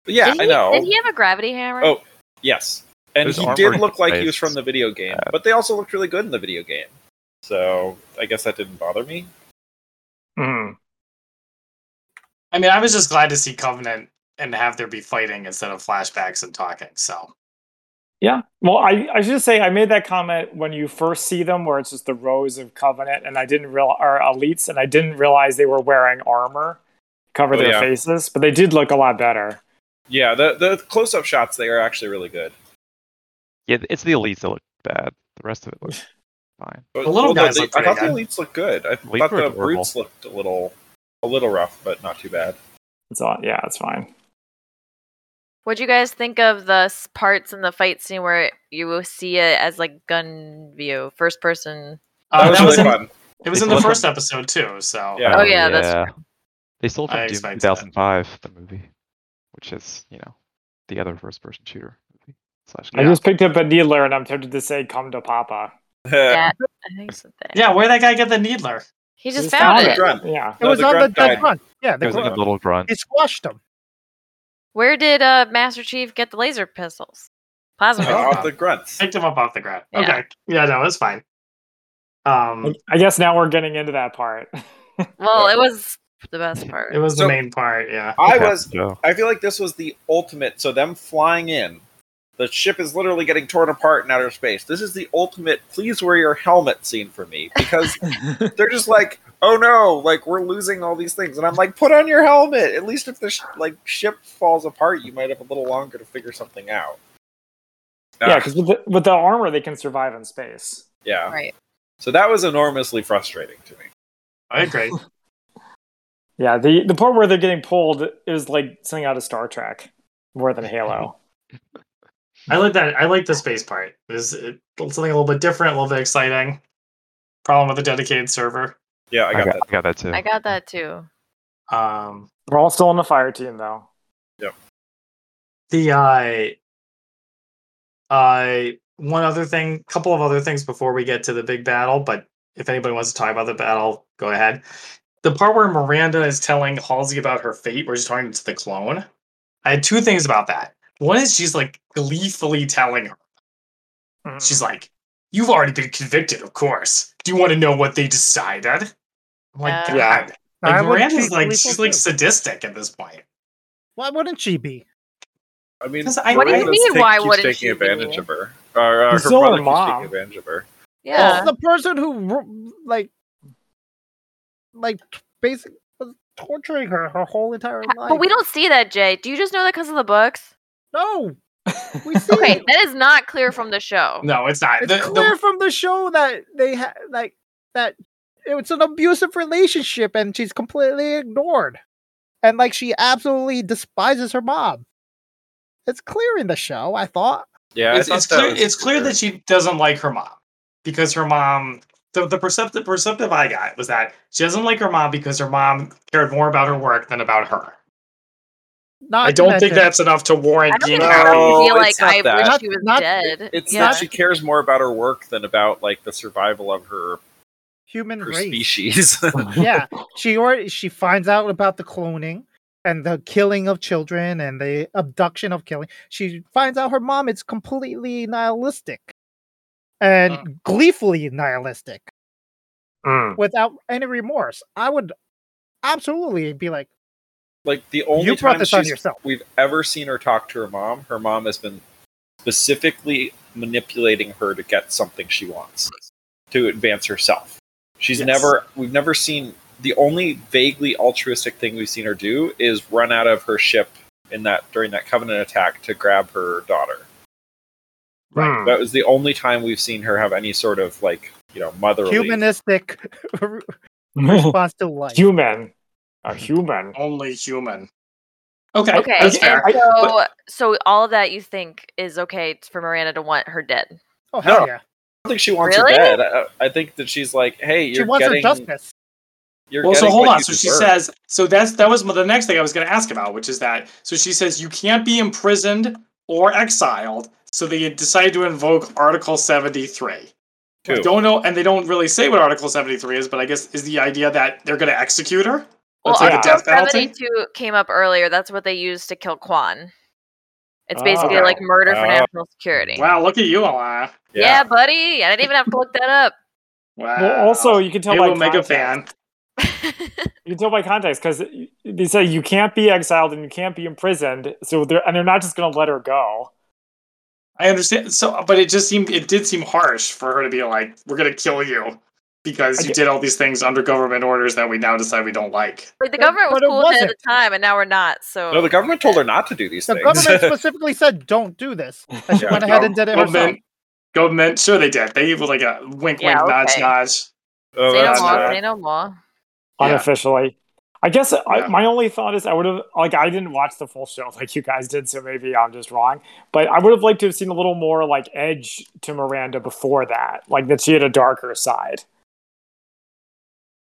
[SPEAKER 3] But yeah,
[SPEAKER 2] did
[SPEAKER 3] I
[SPEAKER 2] he,
[SPEAKER 3] know.
[SPEAKER 2] Did he have a gravity hammer?
[SPEAKER 3] Oh. Yes. And
[SPEAKER 5] There's
[SPEAKER 3] he
[SPEAKER 5] armor
[SPEAKER 3] did
[SPEAKER 5] in
[SPEAKER 3] look
[SPEAKER 5] his
[SPEAKER 3] like he was
[SPEAKER 5] face.
[SPEAKER 3] from the video game,
[SPEAKER 5] Uh,
[SPEAKER 3] but they also looked really good in the video game. So I guess that didn't bother me.
[SPEAKER 6] Mhm.
[SPEAKER 1] I mean, I was just glad to see Covenant and have there be fighting instead of flashbacks and talking. So
[SPEAKER 6] Yeah. Well, I, I should say I made that comment when you first see them, where it's just the rows of Covenant, and I didn't real or elites, and I didn't realize they were wearing armor to cover
[SPEAKER 3] Oh,
[SPEAKER 6] their
[SPEAKER 3] yeah.
[SPEAKER 6] faces, but they did look a lot better.
[SPEAKER 3] Yeah, the the close up shots they are actually really good.
[SPEAKER 5] yeah, it's the elites that look bad. The rest of it looks fine.
[SPEAKER 3] But,
[SPEAKER 1] The little
[SPEAKER 3] well,
[SPEAKER 1] guys
[SPEAKER 3] the-
[SPEAKER 1] look
[SPEAKER 3] I thought the
[SPEAKER 1] pretty
[SPEAKER 3] elites looked good. I
[SPEAKER 5] Elites
[SPEAKER 3] thought
[SPEAKER 5] were
[SPEAKER 3] the
[SPEAKER 5] adorable.
[SPEAKER 3] brutes looked a little a little rough, but not too bad.
[SPEAKER 6] It's all yeah, it's fine.
[SPEAKER 2] What'd you guys think of the s- parts in the fight scene where you will see it as like gun view, first person?
[SPEAKER 1] uh,
[SPEAKER 3] that was really
[SPEAKER 1] in,
[SPEAKER 3] fun.
[SPEAKER 1] it was in the first episode too. So
[SPEAKER 3] Yeah.
[SPEAKER 2] Oh, yeah, that's
[SPEAKER 5] They stole
[SPEAKER 1] I
[SPEAKER 5] from Doom
[SPEAKER 1] expected that.
[SPEAKER 5] 2005, the movie, which is you know the other first-person shooter movie slash.
[SPEAKER 6] I
[SPEAKER 5] game.
[SPEAKER 6] just picked up a needler, and I'm tempted to say, "Come to Papa."
[SPEAKER 2] Yeah, I think so. There.
[SPEAKER 1] yeah, where that guy get the needler?
[SPEAKER 2] he
[SPEAKER 6] You
[SPEAKER 2] just found,
[SPEAKER 3] found
[SPEAKER 2] it.
[SPEAKER 3] it. Grunt.
[SPEAKER 6] Yeah.
[SPEAKER 4] It
[SPEAKER 3] No,
[SPEAKER 4] was
[SPEAKER 3] the
[SPEAKER 4] on the
[SPEAKER 3] grunt
[SPEAKER 4] dead
[SPEAKER 3] died.
[SPEAKER 4] front. Yeah,
[SPEAKER 5] It
[SPEAKER 4] the
[SPEAKER 5] was like a
[SPEAKER 4] grunt.
[SPEAKER 5] little grunt.
[SPEAKER 4] He squashed them.
[SPEAKER 2] Where did uh, Master Chief get the laser pistols? Plasma.
[SPEAKER 1] Oh.
[SPEAKER 2] pistols.
[SPEAKER 3] Off Uh, the grunts.
[SPEAKER 1] Picked him up off the ground.
[SPEAKER 2] Yeah.
[SPEAKER 1] Okay, yeah, no, it's fine. Um,
[SPEAKER 6] I- I guess now we're getting into that part.
[SPEAKER 2] Well, it was the best part.
[SPEAKER 1] it was the
[SPEAKER 3] So-
[SPEAKER 1] main part. Yeah,
[SPEAKER 3] I
[SPEAKER 5] Okay,
[SPEAKER 3] was
[SPEAKER 5] so-
[SPEAKER 3] I feel like this was the ultimate so them flying in The ship is literally getting torn apart in outer space. This is the ultimate please wear your helmet scene for me because they're just like, oh no, like we're losing all these things. And I'm like, put on your helmet. At least if the sh- like ship falls apart, you might have a little longer to figure something out.
[SPEAKER 6] yeah,
[SPEAKER 3] Ah,
[SPEAKER 6] because with the, with the armor they can survive in space.
[SPEAKER 3] yeah.
[SPEAKER 2] Right.
[SPEAKER 3] So that was enormously frustrating to me.
[SPEAKER 1] I agree.
[SPEAKER 6] Yeah, the the part where they're getting pulled is like something out of Star Trek more than Halo.
[SPEAKER 1] I like that. I like the space part. It was it, something a little bit different, a little bit exciting. Problem with a dedicated server.
[SPEAKER 3] Yeah, I got that.
[SPEAKER 5] I got that too.
[SPEAKER 2] I got that too.
[SPEAKER 1] Um,
[SPEAKER 6] We're all still on the fire team though.
[SPEAKER 1] the uh, uh, one other thing, couple of other things before we get to the big battle. But if anybody wants to talk about the battle, go ahead. The part where Miranda is telling Halsey about her fate, where she's talking to the clone. I had two things about that. One is she's like gleefully telling her.
[SPEAKER 6] Mhm.
[SPEAKER 1] She's like, "You've already been convicted, of course. Do you want to know what they decided?" I'm like,
[SPEAKER 2] Uh,
[SPEAKER 1] God.
[SPEAKER 6] Yeah.
[SPEAKER 4] I
[SPEAKER 1] Like
[SPEAKER 4] wouldn't
[SPEAKER 1] Miranda's
[SPEAKER 4] be
[SPEAKER 1] like
[SPEAKER 4] gleeful
[SPEAKER 1] she's like
[SPEAKER 4] too.
[SPEAKER 1] sadistic at this point.
[SPEAKER 4] Why wouldn't she be?
[SPEAKER 3] I mean,
[SPEAKER 1] Because I- What do you
[SPEAKER 3] Miranda's
[SPEAKER 2] mean,
[SPEAKER 3] take-
[SPEAKER 2] why
[SPEAKER 3] keeps
[SPEAKER 2] wouldn't
[SPEAKER 3] taking
[SPEAKER 2] she
[SPEAKER 3] advantage
[SPEAKER 2] be?
[SPEAKER 3] of her? Or, uh, her
[SPEAKER 6] She's still her
[SPEAKER 3] brother keeps
[SPEAKER 6] mom.
[SPEAKER 3] taking advantage of her.
[SPEAKER 2] Yeah.
[SPEAKER 4] Well, the person who r- like like t- basic was torturing her her whole entire life.
[SPEAKER 2] But we don't see that, Jay. Do you just know that because of the books?
[SPEAKER 4] No, we see.
[SPEAKER 2] Okay,
[SPEAKER 4] it.
[SPEAKER 2] that is not clear from the show.
[SPEAKER 1] No, it's not.
[SPEAKER 4] It's
[SPEAKER 1] The- the-
[SPEAKER 4] clear from the show that they had like that it's an abusive relationship, and she's completely ignored, and like she absolutely despises her mom. It's clear in the show. I thought.
[SPEAKER 3] Yeah, I
[SPEAKER 1] it's,
[SPEAKER 3] thought
[SPEAKER 1] it's
[SPEAKER 3] that
[SPEAKER 1] clear.
[SPEAKER 3] was
[SPEAKER 1] It's clear
[SPEAKER 3] weird.
[SPEAKER 1] that she doesn't like her mom because her mom. The, the perceptive perceptive I got was that she doesn't like her mom because her mom cared more about her work than about her.
[SPEAKER 4] Not
[SPEAKER 1] I
[SPEAKER 4] to
[SPEAKER 1] don't think
[SPEAKER 4] mention-
[SPEAKER 1] that's enough to
[SPEAKER 2] I
[SPEAKER 1] warrant
[SPEAKER 2] don't
[SPEAKER 1] being
[SPEAKER 2] think
[SPEAKER 3] No,
[SPEAKER 2] I
[SPEAKER 1] happy.
[SPEAKER 2] feel like
[SPEAKER 3] it's not
[SPEAKER 2] I
[SPEAKER 3] that.
[SPEAKER 2] wish she was
[SPEAKER 4] Not-
[SPEAKER 2] dead.
[SPEAKER 3] It's
[SPEAKER 2] yeah.
[SPEAKER 3] that she cares more about her work than about like the survival of her,
[SPEAKER 4] human
[SPEAKER 3] her
[SPEAKER 4] race.
[SPEAKER 3] species.
[SPEAKER 4] yeah, she already she finds out about the cloning and the killing of children and the abduction of killing. She finds out her mom is completely nihilistic and
[SPEAKER 1] Mm.
[SPEAKER 4] gleefully nihilistic
[SPEAKER 6] Mm.
[SPEAKER 4] without any remorse. I would absolutely be like,
[SPEAKER 3] like the only
[SPEAKER 4] You brought
[SPEAKER 3] time
[SPEAKER 4] this on
[SPEAKER 3] she's-
[SPEAKER 4] yourself.
[SPEAKER 3] we've ever seen her talk to her mom, her mom has been specifically manipulating her to get something she wants to advance herself. She's
[SPEAKER 1] Yes.
[SPEAKER 3] never we've never seen the only vaguely altruistic thing we've seen her do is run out of her ship in that during that covenant attack to grab her daughter.
[SPEAKER 4] Hmm.
[SPEAKER 6] Mm.
[SPEAKER 3] That was the only time we've seen her have any sort of like, you know, motherly
[SPEAKER 4] humanistic response to life.
[SPEAKER 6] human, a human.
[SPEAKER 1] Only human. Okay,
[SPEAKER 2] Okay,
[SPEAKER 1] that's fair.
[SPEAKER 2] and so so all of that you think is okay for Miranda to want her dead.
[SPEAKER 4] oh hell
[SPEAKER 3] No.
[SPEAKER 4] yeah!
[SPEAKER 3] I don't think she wants
[SPEAKER 2] Really?
[SPEAKER 3] her dead. I, I think that she's like, hey,
[SPEAKER 4] She
[SPEAKER 3] you're
[SPEAKER 4] wants
[SPEAKER 3] getting.
[SPEAKER 4] her justice.
[SPEAKER 3] You're
[SPEAKER 1] Well, so
[SPEAKER 3] getting
[SPEAKER 1] hold
[SPEAKER 3] what
[SPEAKER 1] on.
[SPEAKER 3] you
[SPEAKER 1] So she
[SPEAKER 3] deserve."
[SPEAKER 1] says, so that's that was the next thing I was going to ask about, which is that. So she says you can't be imprisoned or exiled. So they decided to invoke Article seventy three.
[SPEAKER 3] Two.
[SPEAKER 1] Don't know, and they don't really say what Article seventy three is, but I guess is the idea that they're going to execute her.
[SPEAKER 2] Well,
[SPEAKER 1] It's like a
[SPEAKER 2] Article
[SPEAKER 1] death penalty?
[SPEAKER 2] 72 came up earlier. That's what they used to kill Quan. It's basically
[SPEAKER 6] Oh.
[SPEAKER 2] like murder for
[SPEAKER 3] Oh.
[SPEAKER 2] national security.
[SPEAKER 1] Wow, look at you, Alana.
[SPEAKER 2] Yeah. buddy. I didn't even have to look that up.
[SPEAKER 1] Wow.
[SPEAKER 6] Well, also you can tell
[SPEAKER 1] Maybe
[SPEAKER 6] by
[SPEAKER 1] we'll make a
[SPEAKER 6] context-
[SPEAKER 1] fan.
[SPEAKER 6] You can tell by context because they say you can't be exiled and you can't be imprisoned. So they're and they're not just going to let her go.
[SPEAKER 1] I understand. So, but it just seemed it did seem harsh for her to be like, "We're going to kill you." Because you
[SPEAKER 6] Okay.
[SPEAKER 1] did all these things under government orders that we now decide we don't like.
[SPEAKER 2] Like the
[SPEAKER 4] But-
[SPEAKER 2] government was
[SPEAKER 4] but it
[SPEAKER 2] cool with it at the
[SPEAKER 4] wasn't.
[SPEAKER 2] time, and now we're not. So
[SPEAKER 3] No, the government told her not to do these
[SPEAKER 4] The
[SPEAKER 3] things.
[SPEAKER 4] government specifically said, "Don't do this," and she
[SPEAKER 3] Yeah.
[SPEAKER 4] went ahead and did it herself.
[SPEAKER 1] government, government, sure they did. They gave like a wink, wink,
[SPEAKER 2] Yeah,
[SPEAKER 1] nudge,
[SPEAKER 2] okay.
[SPEAKER 1] nudge.
[SPEAKER 3] Oh,
[SPEAKER 2] say no
[SPEAKER 3] that's
[SPEAKER 1] that's
[SPEAKER 2] more.
[SPEAKER 1] fair.
[SPEAKER 2] Say no more.
[SPEAKER 1] Yeah.
[SPEAKER 6] unofficially. I guess
[SPEAKER 1] Yeah.
[SPEAKER 6] I, my only thought is I would have like I didn't watch the full show like you guys did, so maybe I'm just wrong. But I would have liked to have seen a little more like edge to Miranda before that, like that she had a darker side.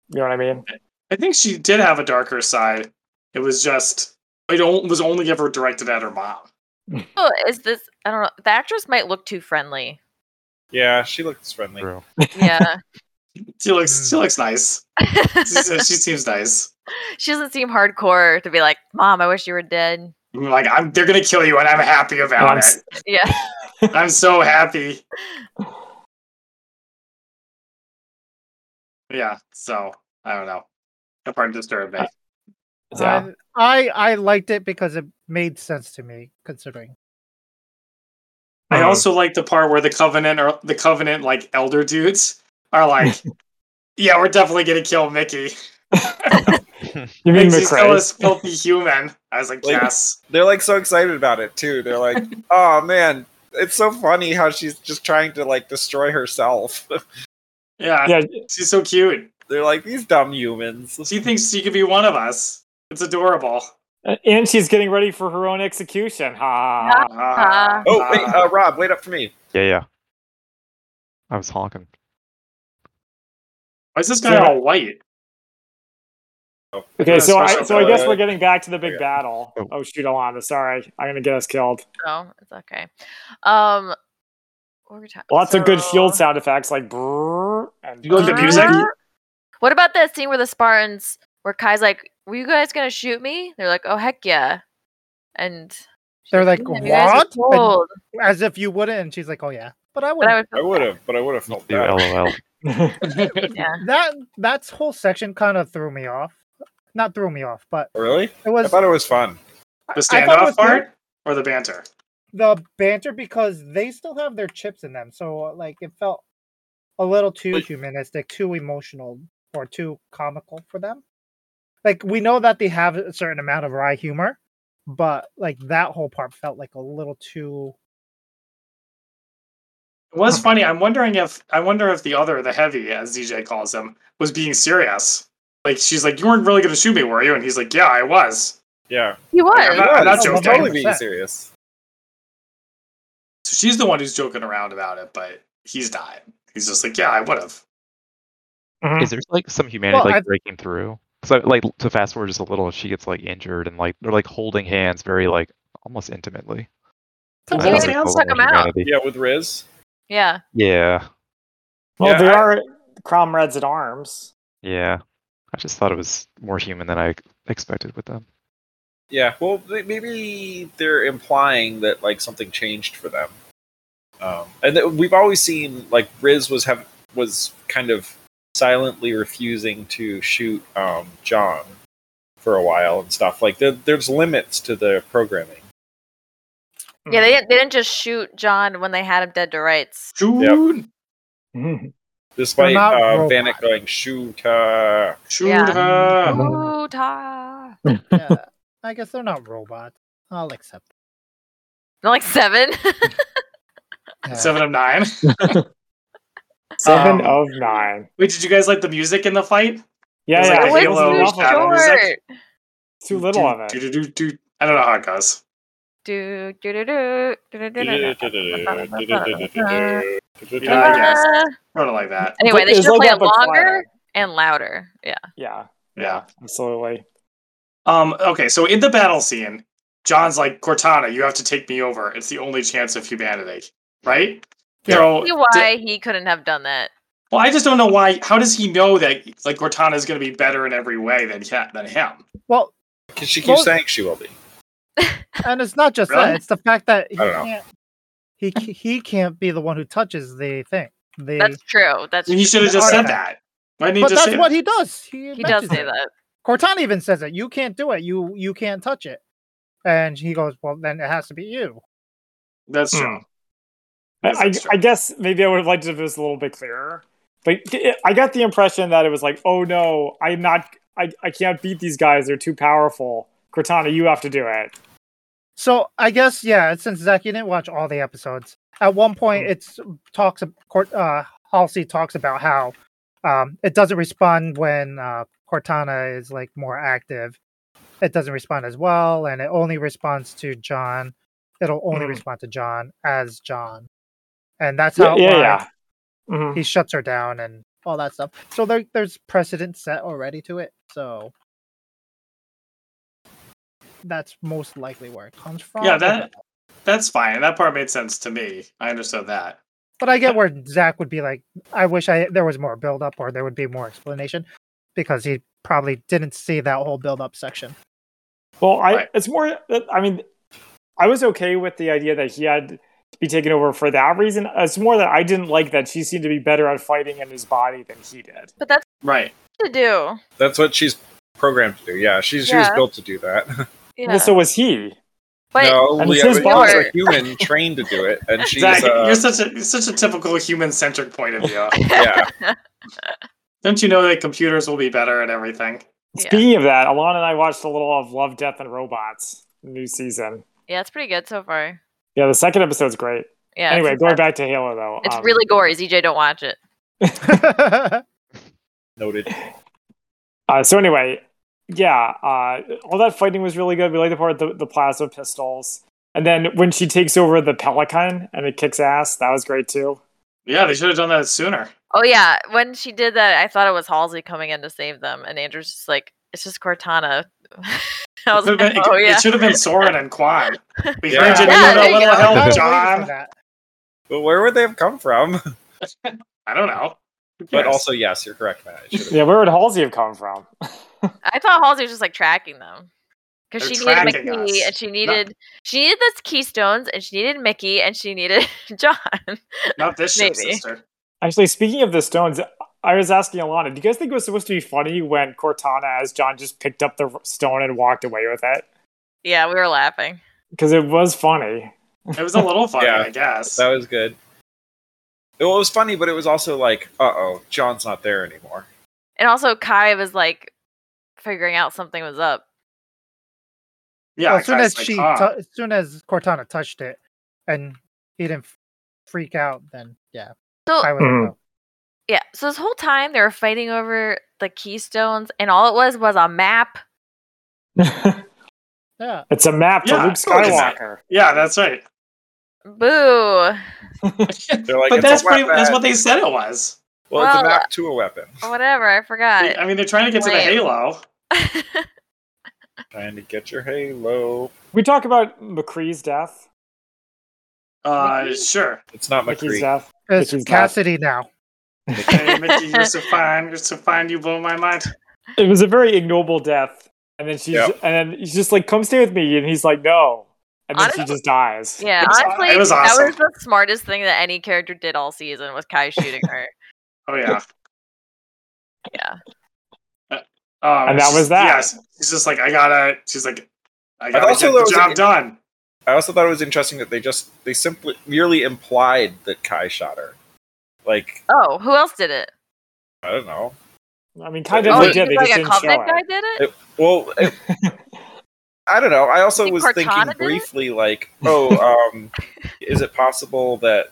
[SPEAKER 6] You know what I mean?
[SPEAKER 1] I think she did have a darker side. It was just it on- was only ever directed at her mom.
[SPEAKER 2] Oh, is this? I don't know. The actress might look too friendly.
[SPEAKER 3] Yeah, she looks friendly.
[SPEAKER 5] True.
[SPEAKER 2] Yeah,
[SPEAKER 1] She looks
[SPEAKER 6] Hmm.
[SPEAKER 1] she looks nice. She, se- she seems nice.
[SPEAKER 2] she doesn't seem hardcore to be like, "Mom, I wish you were dead."
[SPEAKER 1] I'm like I'm, they're gonna kill you, and I'm happy about
[SPEAKER 6] I'm
[SPEAKER 1] it.
[SPEAKER 6] s-
[SPEAKER 2] Yeah.
[SPEAKER 1] I'm so happy. Yeah. So I don't know. That part disturbed me.
[SPEAKER 6] Yeah.
[SPEAKER 4] Um, I, I I liked it because it made sense to me considering.
[SPEAKER 1] I
[SPEAKER 6] Mhm.
[SPEAKER 1] also like the part where the covenant or the covenant like elder dudes are like, "Yeah, we're definitely gonna kill Mickey.
[SPEAKER 6] You mean
[SPEAKER 1] Mickey's still a
[SPEAKER 6] McCray?
[SPEAKER 1] filthy human." I was like,
[SPEAKER 3] Like-
[SPEAKER 1] "Yes."
[SPEAKER 3] They're like so excited about it too. They're like, "Oh man, it's so funny how she's just trying to like destroy herself."
[SPEAKER 1] Yeah,
[SPEAKER 6] Yeah,
[SPEAKER 1] she's so cute.
[SPEAKER 3] They're like these dumb humans.
[SPEAKER 1] She thinks she could be one of us. It's adorable.
[SPEAKER 6] and she's getting ready for her own execution. Ha!
[SPEAKER 1] Ah,
[SPEAKER 3] Oh wait,
[SPEAKER 1] ah.
[SPEAKER 3] uh, Rob, wait up for me.
[SPEAKER 5] Yeah, yeah. I was honking.
[SPEAKER 1] Why is this guy
[SPEAKER 6] Yeah.
[SPEAKER 1] all white?
[SPEAKER 6] Okay, so I,
[SPEAKER 1] Special
[SPEAKER 6] so I guess
[SPEAKER 3] ability.
[SPEAKER 6] we're getting back to the big
[SPEAKER 3] Okay.
[SPEAKER 6] battle.
[SPEAKER 5] Oh.
[SPEAKER 6] Oh shoot, Alana, sorry, I'm gonna get us killed.
[SPEAKER 2] No, it's okay. Um, what were we ta-
[SPEAKER 6] Lots of good
[SPEAKER 2] so-
[SPEAKER 6] shield sound effects like brrr and
[SPEAKER 1] You go with the music?
[SPEAKER 2] What about that scene where the Spartans, where Kai's like, "Were you guys gonna shoot me?" They're like, "Oh heck yeah," and she's
[SPEAKER 4] They're like,
[SPEAKER 2] "Yeah, you guys
[SPEAKER 4] "What?"
[SPEAKER 2] are cold."
[SPEAKER 4] As if you wouldn't. And she's like, oh, yeah. But I
[SPEAKER 2] But
[SPEAKER 4] wouldn't.
[SPEAKER 2] I would.
[SPEAKER 3] I would have, but I would have felt
[SPEAKER 5] Do
[SPEAKER 3] bad.
[SPEAKER 5] LOL.
[SPEAKER 2] Yeah.
[SPEAKER 4] That that whole section kind of threw me off. Not threw me off, but
[SPEAKER 3] Oh, Really?
[SPEAKER 4] it
[SPEAKER 3] I
[SPEAKER 4] was
[SPEAKER 3] thought it was fun.
[SPEAKER 1] The
[SPEAKER 4] I thought it was
[SPEAKER 1] standoff part or the banter?
[SPEAKER 4] the banter because they still have their chips in them. So like it felt a little too
[SPEAKER 3] But-
[SPEAKER 4] humanistic, too emotional, or too comical for them. Like we know that they have a certain amount of wry humor, but like that whole part felt like a little too.
[SPEAKER 1] It was funny. I'm wondering if I wonder if the other, the heavy, as DJ calls him, was being serious. Like she's like, "You weren't really going to shoot me, were you?" And he's like, "Yeah, I was."
[SPEAKER 3] Yeah.
[SPEAKER 2] He
[SPEAKER 1] I'm not-
[SPEAKER 2] was.
[SPEAKER 3] yeah,
[SPEAKER 1] I'm not
[SPEAKER 3] she's
[SPEAKER 1] joking.
[SPEAKER 3] totally being serious.
[SPEAKER 1] So she's the one who's joking around about it, but he's not. He's just like, "Yeah, I would have."
[SPEAKER 6] Mhm.
[SPEAKER 5] Is there like some humanity
[SPEAKER 4] Well,
[SPEAKER 5] like
[SPEAKER 4] I've-
[SPEAKER 5] breaking through? So like to fast forward just a little, she gets like injured and like they're like holding hands very like almost intimately.
[SPEAKER 2] Well,
[SPEAKER 5] I
[SPEAKER 2] he
[SPEAKER 5] don't
[SPEAKER 2] was
[SPEAKER 5] think
[SPEAKER 2] gonna
[SPEAKER 5] I'll
[SPEAKER 2] suck
[SPEAKER 5] learn
[SPEAKER 2] him out.
[SPEAKER 5] humanity.
[SPEAKER 3] Yeah, with Riz.
[SPEAKER 2] Yeah.
[SPEAKER 5] Yeah,
[SPEAKER 6] Well,
[SPEAKER 3] Yeah,
[SPEAKER 6] they
[SPEAKER 3] I-
[SPEAKER 6] are comrades at arms.
[SPEAKER 5] yeah. I just thought it was more human than I expected with them.
[SPEAKER 3] Yeah, well, they- maybe they're implying that like something changed for them, um, and that we've always seen like Riz was have was kind of silently refusing to shoot um, John for a while and stuff. Like there, there's limits to the programming.
[SPEAKER 2] Yeah,
[SPEAKER 6] Hmm.
[SPEAKER 2] they didn't. They didn't just shoot John when they had him dead to rights.
[SPEAKER 1] Shoot,
[SPEAKER 6] didn't.
[SPEAKER 3] Despite
[SPEAKER 4] They're not
[SPEAKER 3] uh,
[SPEAKER 4] robots.
[SPEAKER 3] Vanek going shoot her,
[SPEAKER 1] shoot
[SPEAKER 2] Yeah.
[SPEAKER 1] her.
[SPEAKER 2] Ooh, ta.
[SPEAKER 4] Yeah, uh, I guess they're not robots. I'll accept.
[SPEAKER 2] No, like seven.
[SPEAKER 4] it. Yeah.
[SPEAKER 1] Seven of nine.
[SPEAKER 6] Seven
[SPEAKER 1] Um,
[SPEAKER 6] of nine.
[SPEAKER 1] Wait, did you guys like the music in the fight?
[SPEAKER 6] Yeah,
[SPEAKER 1] It's like
[SPEAKER 6] yeah.
[SPEAKER 1] a
[SPEAKER 2] It was
[SPEAKER 6] it was
[SPEAKER 1] Halo
[SPEAKER 2] too
[SPEAKER 6] enough of
[SPEAKER 1] shadow
[SPEAKER 6] it.
[SPEAKER 1] music.
[SPEAKER 2] short.
[SPEAKER 6] Too little of
[SPEAKER 1] Do,
[SPEAKER 6] it.
[SPEAKER 1] do, do, do, do. I don't know how it goes.
[SPEAKER 2] Do do do do do do
[SPEAKER 1] Yeah, I guess sort of like that.
[SPEAKER 2] Anyway,
[SPEAKER 6] But
[SPEAKER 2] they
[SPEAKER 6] it's
[SPEAKER 2] should play it
[SPEAKER 6] amplified.
[SPEAKER 2] longer and louder. Yeah.
[SPEAKER 6] Yeah,
[SPEAKER 1] Yeah.
[SPEAKER 6] absolutely.
[SPEAKER 1] Um, okay, so in the battle scene, John's like, Cortana, you have to take me over. It's the only chance of humanity, right? So,
[SPEAKER 2] See why he couldn't have done that.
[SPEAKER 1] well, I just don't know why. How does he know that like Cortana is going to be better in every way than ha- than him?
[SPEAKER 4] Well,
[SPEAKER 3] because she keeps
[SPEAKER 4] Well-
[SPEAKER 3] saying she will be.
[SPEAKER 4] and it's not just
[SPEAKER 1] Really?
[SPEAKER 4] that; it's the fact that he
[SPEAKER 3] I don't know.
[SPEAKER 4] can't. He ca- he can't be the one who touches the thing. The,
[SPEAKER 2] That's true. That's
[SPEAKER 1] He
[SPEAKER 2] true.
[SPEAKER 1] should have just said
[SPEAKER 4] Okay.
[SPEAKER 1] that. Why didn't he
[SPEAKER 4] but
[SPEAKER 1] just
[SPEAKER 4] that's
[SPEAKER 1] say
[SPEAKER 4] what
[SPEAKER 1] that?
[SPEAKER 4] he does. He,
[SPEAKER 2] He does
[SPEAKER 4] mentions
[SPEAKER 2] say
[SPEAKER 4] it.
[SPEAKER 2] that.
[SPEAKER 4] Cortana even says it. You can't do it. You you can't touch it. And he goes, well, then it has to be you.
[SPEAKER 1] That's
[SPEAKER 6] Hmm.
[SPEAKER 1] true.
[SPEAKER 6] I,
[SPEAKER 1] Yes,
[SPEAKER 6] I,
[SPEAKER 1] that's true.
[SPEAKER 6] I guess maybe I would have liked it if it was a little bit clearer. Like it- I got the impression that it was like, oh no, I'm not, I, I can't beat these guys. They're too powerful. Cortana, you have to do it.
[SPEAKER 4] So I guess yeah. Since Zach, you didn't watch all the episodes. At one
[SPEAKER 6] Mm.
[SPEAKER 4] point, it's talks. ab- Cort- Uh, Halsey talks about how um, it doesn't respond when uh, Cortana is like more active. It doesn't respond as well, and it only responds to John. It'll only
[SPEAKER 6] Mhm.
[SPEAKER 4] respond to John as John, and that's
[SPEAKER 6] Yeah,
[SPEAKER 4] how
[SPEAKER 6] yeah.
[SPEAKER 4] why
[SPEAKER 6] yeah. Mhm.
[SPEAKER 4] he shuts her down and all that stuff. So there, there's precedent set already to it. So that's most likely where it comes from.
[SPEAKER 1] Yeah, that- That's fine. That part made sense to me. I understood that.
[SPEAKER 4] But I get where Zach would be like, I wish I there was more build up or there would be more explanation because he probably didn't see that whole build up section.
[SPEAKER 6] Well, I
[SPEAKER 1] Right.
[SPEAKER 6] it's more. I mean, I was okay with the idea that he had to be taken over for that reason. It's more that I didn't like that she seemed to be better at fighting in his body than he did.
[SPEAKER 2] But that's
[SPEAKER 1] Right.
[SPEAKER 2] what to do.
[SPEAKER 3] That's what she's programmed to do. Yeah, she's she was
[SPEAKER 2] Yeah.
[SPEAKER 3] built to do that.
[SPEAKER 2] Yeah.
[SPEAKER 6] Well, so was he.
[SPEAKER 2] But
[SPEAKER 3] no,
[SPEAKER 6] And
[SPEAKER 3] Leah
[SPEAKER 6] it's
[SPEAKER 3] was
[SPEAKER 6] his
[SPEAKER 2] body.
[SPEAKER 3] a human trained to do it, and she's
[SPEAKER 1] Zach,
[SPEAKER 3] uh,
[SPEAKER 1] you're such a you're such a typical human centric point of view.
[SPEAKER 3] yeah.
[SPEAKER 1] Don't you know that computers will be better at everything?
[SPEAKER 2] Yeah.
[SPEAKER 6] Speaking of that, Alana and I watched a little of Love, Death, and Robots new season.
[SPEAKER 2] yeah, it's pretty good so far.
[SPEAKER 6] Yeah, the second episode's great.
[SPEAKER 2] Yeah. it's
[SPEAKER 6] anyway, going
[SPEAKER 2] impressive.
[SPEAKER 6] back to Halo though,
[SPEAKER 2] It's
[SPEAKER 6] um,
[SPEAKER 2] really gory. ZJ, don't watch it.
[SPEAKER 3] noted.
[SPEAKER 6] Uh, so anyway, yeah, uh, all that fighting was really good. We like the part with the, the plasma pistols, and then when she takes over the Pelican and it kicks ass, that was great too.
[SPEAKER 1] Yeah, they should have done that sooner.
[SPEAKER 2] Oh yeah, when she did that, I thought it was Halsey coming in to save them, and Andrew's just like, "It's just Cortana." I was
[SPEAKER 1] It could've
[SPEAKER 2] like,
[SPEAKER 1] been- it-
[SPEAKER 2] "Oh yeah."
[SPEAKER 1] It should have been Soren and Quad. We
[SPEAKER 3] Yeah.
[SPEAKER 1] heard you
[SPEAKER 2] Yeah,
[SPEAKER 1] need
[SPEAKER 2] there
[SPEAKER 1] a
[SPEAKER 2] you
[SPEAKER 1] little
[SPEAKER 2] go.
[SPEAKER 1] help,
[SPEAKER 4] John.
[SPEAKER 1] John.
[SPEAKER 4] That.
[SPEAKER 3] But where would they have come from?
[SPEAKER 1] I don't know. Who
[SPEAKER 3] But
[SPEAKER 1] cares?
[SPEAKER 3] also, yes, you're correct, Matt. I should've-
[SPEAKER 6] Yeah, where would Halsey have come from?
[SPEAKER 2] I thought Halsey was just like tracking them because
[SPEAKER 1] They're
[SPEAKER 2] she needed
[SPEAKER 1] tracking
[SPEAKER 2] Mickey
[SPEAKER 1] us.
[SPEAKER 2] and she needed she needed those keystones and she needed Mickey and she needed John.
[SPEAKER 1] not this ship,
[SPEAKER 2] maybe.
[SPEAKER 1] sister.
[SPEAKER 6] Actually, speaking of the stones, I was asking Alana, do you guys think it was supposed to be funny when Cortana, as John, just picked up the stone and walked away with it?
[SPEAKER 2] yeah, we were laughing.
[SPEAKER 6] Because it was funny.
[SPEAKER 1] It was a little funny,
[SPEAKER 3] Yeah.
[SPEAKER 1] I guess.
[SPEAKER 3] That was good. Well, it was funny, but it was also like, uh oh, John's not there anymore.
[SPEAKER 2] And also, Kai was like figuring out something was up.
[SPEAKER 1] yeah,
[SPEAKER 4] Well, as soon
[SPEAKER 1] guys,
[SPEAKER 4] as
[SPEAKER 1] like,
[SPEAKER 4] she,
[SPEAKER 1] huh.
[SPEAKER 4] tou- as soon as Cortana touched it, and he didn't f- freak out, then yeah,
[SPEAKER 2] So
[SPEAKER 4] I would
[SPEAKER 6] Mhm.
[SPEAKER 4] know.
[SPEAKER 2] yeah, so this whole time they were fighting over the keystones, and all it was was a map.
[SPEAKER 4] Yeah,
[SPEAKER 6] it's a map to
[SPEAKER 1] Yeah,
[SPEAKER 6] Luke
[SPEAKER 1] I like that.
[SPEAKER 6] Skywalker.
[SPEAKER 1] yeah, that's right.
[SPEAKER 2] Boo!
[SPEAKER 3] They're like,
[SPEAKER 1] but
[SPEAKER 3] "It's a
[SPEAKER 1] that's pretty, that's
[SPEAKER 3] weapon."
[SPEAKER 1] what they said it was.
[SPEAKER 3] Well, it's a
[SPEAKER 2] Well,
[SPEAKER 3] map to a weapon.
[SPEAKER 2] Whatever, I forgot.
[SPEAKER 1] I mean, they're trying to get to the
[SPEAKER 2] Lame.
[SPEAKER 1] Halo.
[SPEAKER 3] Trying to get your halo.
[SPEAKER 6] We talk about McCree's death.
[SPEAKER 1] Uh,
[SPEAKER 2] Mickey?
[SPEAKER 1] sure.
[SPEAKER 3] It's not
[SPEAKER 6] McCree's
[SPEAKER 3] McCree.
[SPEAKER 6] death.
[SPEAKER 4] it's
[SPEAKER 6] Which is not-
[SPEAKER 4] Cassidy now.
[SPEAKER 1] Hey, Mickey, you're so fine. You're so fine. You blow my mind.
[SPEAKER 6] It was a very ignoble death. And then she's
[SPEAKER 3] Yep.
[SPEAKER 6] and then she's just like, come stay with me. And he's like, no. And then she
[SPEAKER 2] Honestly-
[SPEAKER 6] just dies.
[SPEAKER 2] yeah,
[SPEAKER 1] It was-
[SPEAKER 2] honestly,
[SPEAKER 1] it was
[SPEAKER 2] that
[SPEAKER 1] awesome.
[SPEAKER 2] was the smartest thing that any character did all season was Kai shooting her.
[SPEAKER 1] Oh yeah.
[SPEAKER 2] Yeah.
[SPEAKER 1] Um,
[SPEAKER 6] And that was that.
[SPEAKER 1] Yes. She's just like, I gotta. She's like, I gotta
[SPEAKER 3] also
[SPEAKER 1] get
[SPEAKER 3] thought it was
[SPEAKER 1] the job
[SPEAKER 3] an-
[SPEAKER 1] done.
[SPEAKER 3] I also thought it was interesting that they just they simply merely implied that Kai shot her. Like
[SPEAKER 2] Oh, who else did it?
[SPEAKER 3] I don't know.
[SPEAKER 6] I mean, Kai
[SPEAKER 3] They
[SPEAKER 2] Oh,
[SPEAKER 6] definitely
[SPEAKER 2] you
[SPEAKER 3] legit-
[SPEAKER 6] did.
[SPEAKER 2] think,
[SPEAKER 6] They
[SPEAKER 2] like
[SPEAKER 6] just
[SPEAKER 2] a
[SPEAKER 6] didn't show
[SPEAKER 2] Covenant guy
[SPEAKER 6] it.
[SPEAKER 2] did it?
[SPEAKER 3] It- Well, it- I don't know. I also
[SPEAKER 2] Think
[SPEAKER 3] was
[SPEAKER 2] Cortana
[SPEAKER 3] thinking
[SPEAKER 2] did it?
[SPEAKER 3] briefly, like, oh, um, is it possible that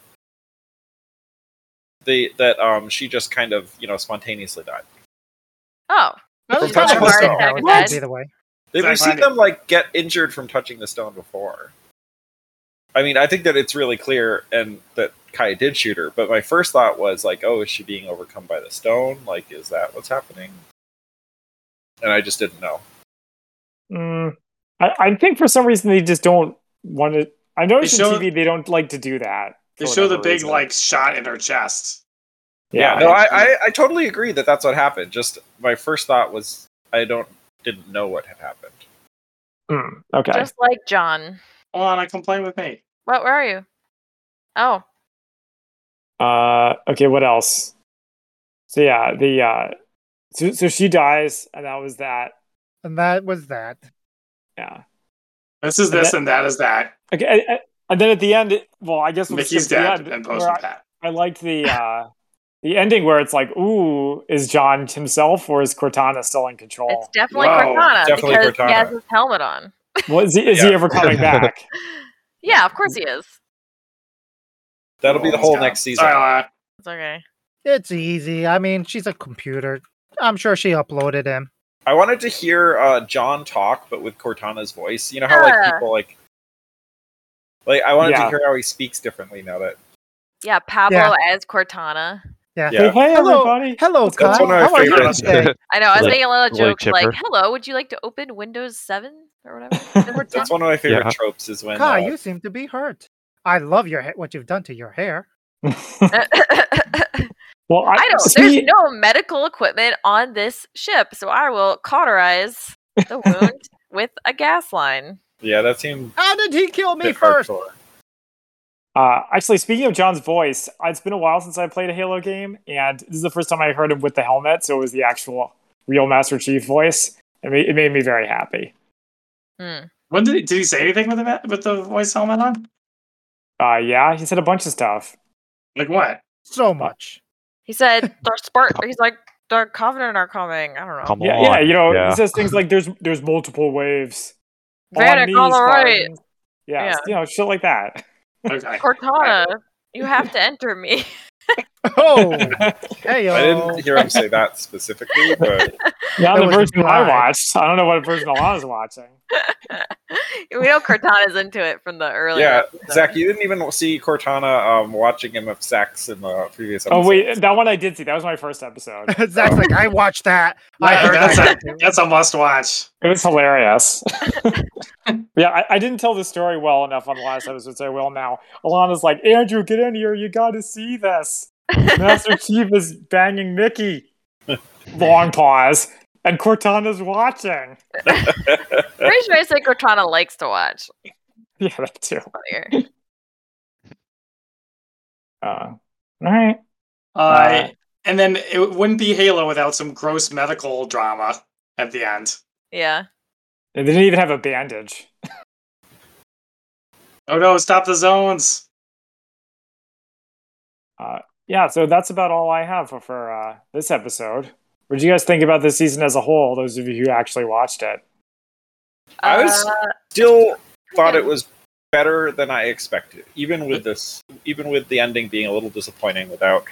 [SPEAKER 3] they that um she just kind of you know spontaneously died?
[SPEAKER 2] Oh,
[SPEAKER 4] I
[SPEAKER 3] From
[SPEAKER 4] was kind
[SPEAKER 3] touching
[SPEAKER 4] of
[SPEAKER 3] the
[SPEAKER 4] worried
[SPEAKER 3] stone.
[SPEAKER 4] that would
[SPEAKER 2] What?
[SPEAKER 4] be the way.
[SPEAKER 3] They've
[SPEAKER 1] Exactly.
[SPEAKER 3] seen them like get injured from touching the stone before. I mean, I think that it's really clear and that Kai did shoot her, but my first thought was like, oh, is she being overcome by the stone? Like, is that what's happening? And I just didn't know.
[SPEAKER 6] Mm, I, I think for some reason they just don't want to. I noticed
[SPEAKER 1] They show-
[SPEAKER 6] in TV they don't like to do that.
[SPEAKER 1] They
[SPEAKER 6] for
[SPEAKER 1] show the
[SPEAKER 6] whatever
[SPEAKER 1] big
[SPEAKER 6] reason.
[SPEAKER 1] like shot in her chest.
[SPEAKER 3] Yeah, no, I, I, I totally agree that that's what happened. Just my first thought was I don't didn't know what had happened.
[SPEAKER 6] Mm, okay.
[SPEAKER 2] just like John.
[SPEAKER 1] Alana, come play with me.
[SPEAKER 2] What? Where are you? Oh,
[SPEAKER 6] Uh, okay, what else? So yeah, the uh, so, so she dies, and that was that.
[SPEAKER 4] And that was that.
[SPEAKER 6] Yeah.
[SPEAKER 1] This is
[SPEAKER 6] And
[SPEAKER 1] this
[SPEAKER 6] that-
[SPEAKER 1] and that is that.
[SPEAKER 6] Okay, and, and- and then at the end, it- well, I guess we'll
[SPEAKER 1] Mickey's
[SPEAKER 6] skip to the
[SPEAKER 1] dead
[SPEAKER 6] end,
[SPEAKER 1] and
[SPEAKER 6] where
[SPEAKER 1] post with
[SPEAKER 6] I,
[SPEAKER 1] that.
[SPEAKER 6] I liked the uh, the ending where it's like, ooh, is John himself or is Cortana still in
[SPEAKER 2] it's
[SPEAKER 6] control?
[SPEAKER 2] definitely
[SPEAKER 1] Wow,
[SPEAKER 2] Cortana
[SPEAKER 3] definitely
[SPEAKER 2] because he has
[SPEAKER 3] Cortana.
[SPEAKER 2] his helmet on.
[SPEAKER 6] Well, is he, is he
[SPEAKER 3] Yeah.
[SPEAKER 6] ever coming back?
[SPEAKER 2] Yeah, of course he is.
[SPEAKER 3] That'll be the
[SPEAKER 1] Alana's
[SPEAKER 3] whole
[SPEAKER 1] gone.
[SPEAKER 3] next season.
[SPEAKER 1] Sorry, Alana.
[SPEAKER 2] It's okay.
[SPEAKER 4] It's easy. I mean, she's a computer. I'm sure she uploaded him.
[SPEAKER 3] I wanted to hear uh, John talk, but with Cortana's voice. You know how like
[SPEAKER 2] Yeah.
[SPEAKER 3] people like like I wanted
[SPEAKER 6] Yeah.
[SPEAKER 3] to hear how he speaks differently now that
[SPEAKER 2] Yeah, Pablo
[SPEAKER 4] Yeah.
[SPEAKER 2] as Cortana.
[SPEAKER 4] Yeah.
[SPEAKER 3] Yeah.
[SPEAKER 6] Hey,
[SPEAKER 4] Hello,
[SPEAKER 6] everybody.
[SPEAKER 4] hello,
[SPEAKER 3] That's- that's
[SPEAKER 4] Kyle.
[SPEAKER 3] one of my
[SPEAKER 4] How are you
[SPEAKER 1] favorites.
[SPEAKER 4] today?
[SPEAKER 2] I know. I was
[SPEAKER 5] Like-
[SPEAKER 2] making a little
[SPEAKER 5] like
[SPEAKER 2] joke like,
[SPEAKER 5] Chipper.
[SPEAKER 2] "Hello, would you like to open Windows 7 or whatever?" Or
[SPEAKER 3] that's
[SPEAKER 2] 10?
[SPEAKER 3] one of my favorite
[SPEAKER 5] Yeah.
[SPEAKER 3] tropes is when
[SPEAKER 4] Kyle,
[SPEAKER 3] uh,
[SPEAKER 4] you seem to be hurt. I love your ha- what you've done to your hair.
[SPEAKER 6] well, I,
[SPEAKER 2] I don't.
[SPEAKER 6] see-
[SPEAKER 2] There's no medical equipment on this ship, so I will cauterize the wound with a gas line.
[SPEAKER 3] yeah that seemed
[SPEAKER 4] How did he kill
[SPEAKER 3] a
[SPEAKER 4] me
[SPEAKER 3] bit
[SPEAKER 4] first?
[SPEAKER 3] hardcore.
[SPEAKER 6] Uh, actually, speaking of John's voice, uh, it's been a while since I played a Halo game, and this is the first time I heard him with the helmet, so it was the actual real Master Chief voice. It made, it made me very happy.
[SPEAKER 2] Hmm.
[SPEAKER 1] When did he, did he say anything with the ma- with the voice helmet on?
[SPEAKER 6] Uh, yeah, he said a bunch of stuff.
[SPEAKER 1] Like what?
[SPEAKER 4] So much.
[SPEAKER 2] He said, "The Spark." He's like, "The Covenant are coming." I don't know.
[SPEAKER 5] Come
[SPEAKER 6] Yeah,
[SPEAKER 5] on.
[SPEAKER 6] yeah, you know,
[SPEAKER 5] Yeah.
[SPEAKER 6] he says things like "there's there's multiple waves." On
[SPEAKER 2] Vanek,
[SPEAKER 6] these
[SPEAKER 2] all right.
[SPEAKER 6] gardens. Yeah,
[SPEAKER 2] Yeah.
[SPEAKER 6] you know, shit like that.
[SPEAKER 1] Okay.
[SPEAKER 2] Cortana, you have to enter me.
[SPEAKER 4] Oh, hey
[SPEAKER 3] I didn't hear him say that specifically, but
[SPEAKER 6] Not
[SPEAKER 4] That
[SPEAKER 6] the
[SPEAKER 4] was
[SPEAKER 6] version I
[SPEAKER 4] implied.
[SPEAKER 6] watched. I don't know what version Alana's watching.
[SPEAKER 2] we know Cortana's into it from the earlier.
[SPEAKER 3] yeah,
[SPEAKER 2] episode.
[SPEAKER 3] Zach, you didn't even see Cortana um, watching him have sex in the previous episode.
[SPEAKER 6] Oh wait, that one I did see. That was my first episode.
[SPEAKER 4] oh. Zach's like, I watched that. I
[SPEAKER 1] Yeah,
[SPEAKER 4] heard
[SPEAKER 1] that's
[SPEAKER 4] that.
[SPEAKER 1] a that's a must watch.
[SPEAKER 6] It was hilarious. yeah, I, I didn't tell the story well enough on the last episode, so I will now. Alana's like, Andrew, get in here. You got to see this. Master Chief is banging Mickey. Long pause. And Cortana's watching.
[SPEAKER 2] Pretty sure I said Cortana likes to watch.
[SPEAKER 6] Yeah, that too.
[SPEAKER 2] earlier.
[SPEAKER 6] Uh, all right.
[SPEAKER 1] Uh,
[SPEAKER 6] Uh,
[SPEAKER 1] and then it wouldn't be Halo without some gross medical drama at the end.
[SPEAKER 2] Yeah.
[SPEAKER 6] They didn't even have a bandage.
[SPEAKER 1] Oh no! Stop the zones.
[SPEAKER 6] Yeah, so that's about all I have for, for uh, this episode. What did you guys think about this season as a whole, those of you who actually watched it?
[SPEAKER 3] I was-
[SPEAKER 2] Uh,
[SPEAKER 3] Still thought it was better than I expected, even with this, even with the ending being a little disappointing without,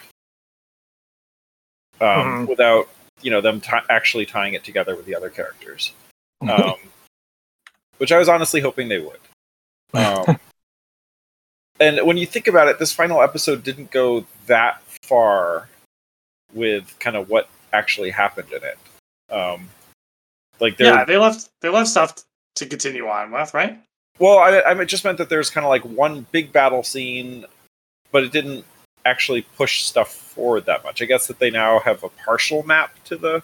[SPEAKER 3] um,
[SPEAKER 6] Mhm.
[SPEAKER 3] without you know them ti actually tying it together with the other characters, um, which I was honestly hoping they would. Um, and when you think about it, this final episode didn't go that far with kind of what actually happened in it. Um, like there,
[SPEAKER 1] yeah, they left they left stuff to continue on with, right?
[SPEAKER 3] well, I, I mean, just meant that there's kind of like one big battle scene, but it didn't actually push stuff forward that much. I guess that they now have a partial map to the,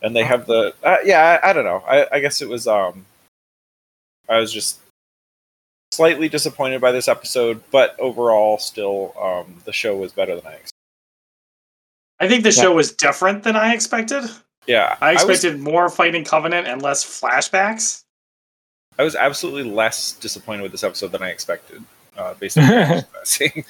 [SPEAKER 3] and they have the uh, yeah. I, I don't know. I, I guess it was um, I was just slightly disappointed by this episode, but overall, still um, the show was better than I expected.
[SPEAKER 1] I think the show was different than I expected.
[SPEAKER 3] Yeah,
[SPEAKER 1] I
[SPEAKER 3] was-
[SPEAKER 1] expected more fighting Covenant and less flashbacks.
[SPEAKER 3] I was absolutely less disappointed with this episode than I expected, uh, based on what I was seeing.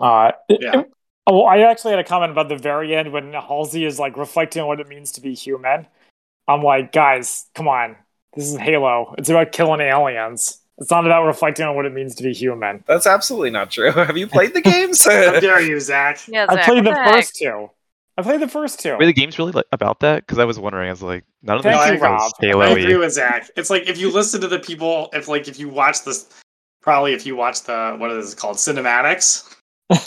[SPEAKER 6] Uh, it-
[SPEAKER 1] Yeah.
[SPEAKER 6] it- oh, I actually had a comment about the very end when Halsey is like reflecting on what it means to be human. I'm like, guys, come on. This is Halo. It's about killing aliens. It's not about reflecting on what it means to be human.
[SPEAKER 3] That's absolutely not true. Have you played the games?
[SPEAKER 1] How dare you, Zach?
[SPEAKER 2] yeah,
[SPEAKER 6] I
[SPEAKER 2] Zach,
[SPEAKER 6] played the
[SPEAKER 2] what heck?
[SPEAKER 6] first two. I played the first two.
[SPEAKER 5] Were the games really like, about that? Because I was wondering, I was like, none of
[SPEAKER 6] Thank
[SPEAKER 5] this
[SPEAKER 1] you,
[SPEAKER 5] is was
[SPEAKER 6] Rob.
[SPEAKER 5] Halo-y.
[SPEAKER 1] I agree with Zach. It's like if you listen to the people, if like if you watch this, probably if you watch the what is it called cinematics,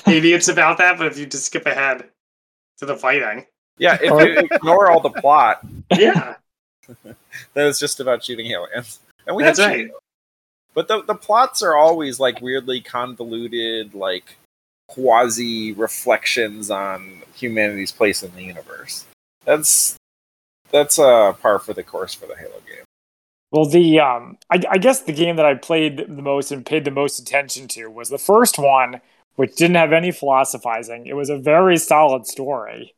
[SPEAKER 1] maybe it's about that. But if you just skip ahead to the fighting,
[SPEAKER 3] Yeah, if you ignore all the plot,
[SPEAKER 1] yeah,
[SPEAKER 3] then it's just about shooting aliens. And we
[SPEAKER 1] that's
[SPEAKER 3] have
[SPEAKER 1] right.
[SPEAKER 3] But the, the plots are always like weirdly convoluted, like quasi reflections on humanity's place in the universe. That's that's uh par for the course for the Halo game.
[SPEAKER 6] Well, the um, I, I guess the game that I played the most and paid the most attention to was the first one, which didn't have any philosophizing. It was a very solid story,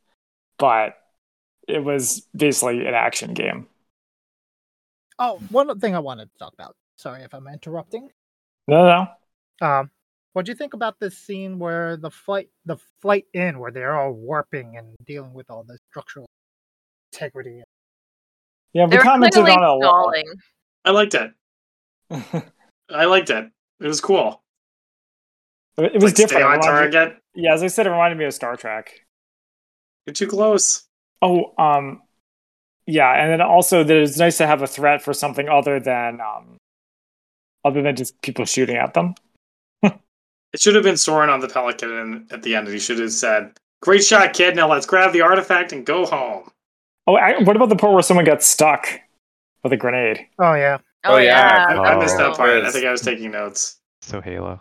[SPEAKER 6] but it was basically an action game.
[SPEAKER 4] Oh, one thing I wanted to talk about. Sorry if I'm interrupting.
[SPEAKER 6] No, no, no.
[SPEAKER 4] Um, what'd you think about this scene where the flight, the flight in, where they're all warping and dealing with all the structural integrity?
[SPEAKER 6] Yeah, we
[SPEAKER 2] They were
[SPEAKER 6] commented
[SPEAKER 2] clearly
[SPEAKER 6] on it a lot.
[SPEAKER 2] stalling.
[SPEAKER 1] I liked it. I liked it. It was cool.
[SPEAKER 6] it was
[SPEAKER 1] Like, Stay
[SPEAKER 6] different. It
[SPEAKER 1] on
[SPEAKER 6] reminded-
[SPEAKER 1] target.
[SPEAKER 6] yeah, as I said, it reminded me of Star Trek.
[SPEAKER 1] You're too close.
[SPEAKER 6] Oh, um, yeah, and then also that it's nice to have a threat for something other than um, other than just people shooting at them.
[SPEAKER 1] It should have been Soren on the Pelican and at the end. He should have said, "Great shot, kid. Now let's grab the artifact and go home."
[SPEAKER 6] Oh, I, what about the part where someone got stuck with a grenade?
[SPEAKER 4] Oh yeah,
[SPEAKER 2] Oh,
[SPEAKER 3] Oh,
[SPEAKER 2] yeah.
[SPEAKER 3] yeah.
[SPEAKER 1] I, I missed that
[SPEAKER 2] Oh.
[SPEAKER 1] part. I think I was taking notes.
[SPEAKER 5] So Halo.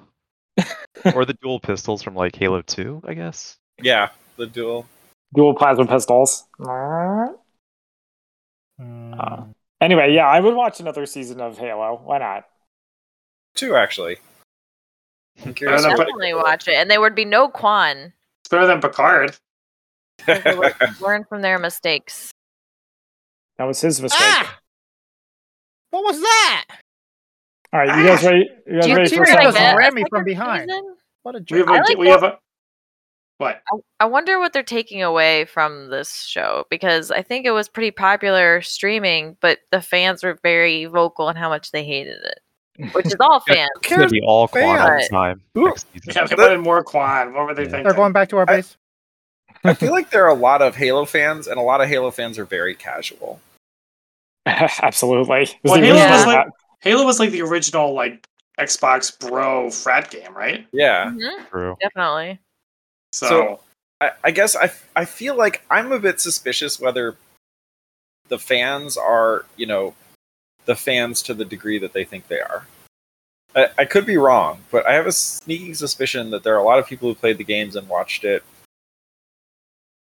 [SPEAKER 5] or the dual pistols from like Halo 2, I guess.
[SPEAKER 3] Yeah, the duel.
[SPEAKER 6] Dual plasma pistols.
[SPEAKER 4] Mm,
[SPEAKER 6] Anyway, yeah, I would watch another season of Halo. Why not?
[SPEAKER 3] Two actually. I'm
[SPEAKER 1] I
[SPEAKER 3] curious
[SPEAKER 1] don't know,
[SPEAKER 3] what-
[SPEAKER 2] Definitely watch it, and there would be no Quan.
[SPEAKER 1] It's better than Picard.
[SPEAKER 2] 'cause they would learn from their mistakes.
[SPEAKER 6] That was his mistake.
[SPEAKER 4] What was that?
[SPEAKER 6] All right, you guys
[SPEAKER 4] Ah!
[SPEAKER 6] ready? You guys
[SPEAKER 4] Do you
[SPEAKER 6] ready
[SPEAKER 4] two
[SPEAKER 6] for
[SPEAKER 4] really
[SPEAKER 6] a second
[SPEAKER 4] doesn't
[SPEAKER 6] song?
[SPEAKER 4] get-
[SPEAKER 2] That's
[SPEAKER 4] ram me
[SPEAKER 2] like
[SPEAKER 4] from
[SPEAKER 2] a
[SPEAKER 4] behind.
[SPEAKER 2] reason?
[SPEAKER 4] What a
[SPEAKER 1] We have
[SPEAKER 4] jerk.
[SPEAKER 1] a,
[SPEAKER 2] I like
[SPEAKER 1] we
[SPEAKER 2] that-
[SPEAKER 1] have a what?
[SPEAKER 2] I wonder what they're taking away from this show because I think it was pretty popular streaming, but the fans were very vocal on how much they hated it, which is all
[SPEAKER 5] Yeah.
[SPEAKER 2] fans.
[SPEAKER 5] It's gonna be all Quan all the
[SPEAKER 2] fair.
[SPEAKER 5] time.
[SPEAKER 4] Ooh.
[SPEAKER 5] Next season.
[SPEAKER 1] Yeah, they wanted more Quan. What were they
[SPEAKER 5] Yeah.
[SPEAKER 1] thinking?
[SPEAKER 4] They're going back to our
[SPEAKER 3] I-
[SPEAKER 4] base.
[SPEAKER 3] I feel like there are a lot of Halo fans, and a lot of Halo fans are very casual.
[SPEAKER 6] Absolutely. It was
[SPEAKER 1] Well,
[SPEAKER 6] the
[SPEAKER 1] Halo
[SPEAKER 6] original
[SPEAKER 2] was
[SPEAKER 1] like-
[SPEAKER 6] hat.
[SPEAKER 1] Halo was like the original like Xbox bro frat game, right?
[SPEAKER 3] Yeah.
[SPEAKER 2] Mhm,
[SPEAKER 5] True.
[SPEAKER 2] Definitely.
[SPEAKER 1] So,
[SPEAKER 3] So- I, I guess I, f- I feel like I'm a bit suspicious whether the fans are, you know, the fans to the degree that they think they are. I, I could be wrong, but I have a sneaking suspicion that there are a lot of people who played the games and watched it,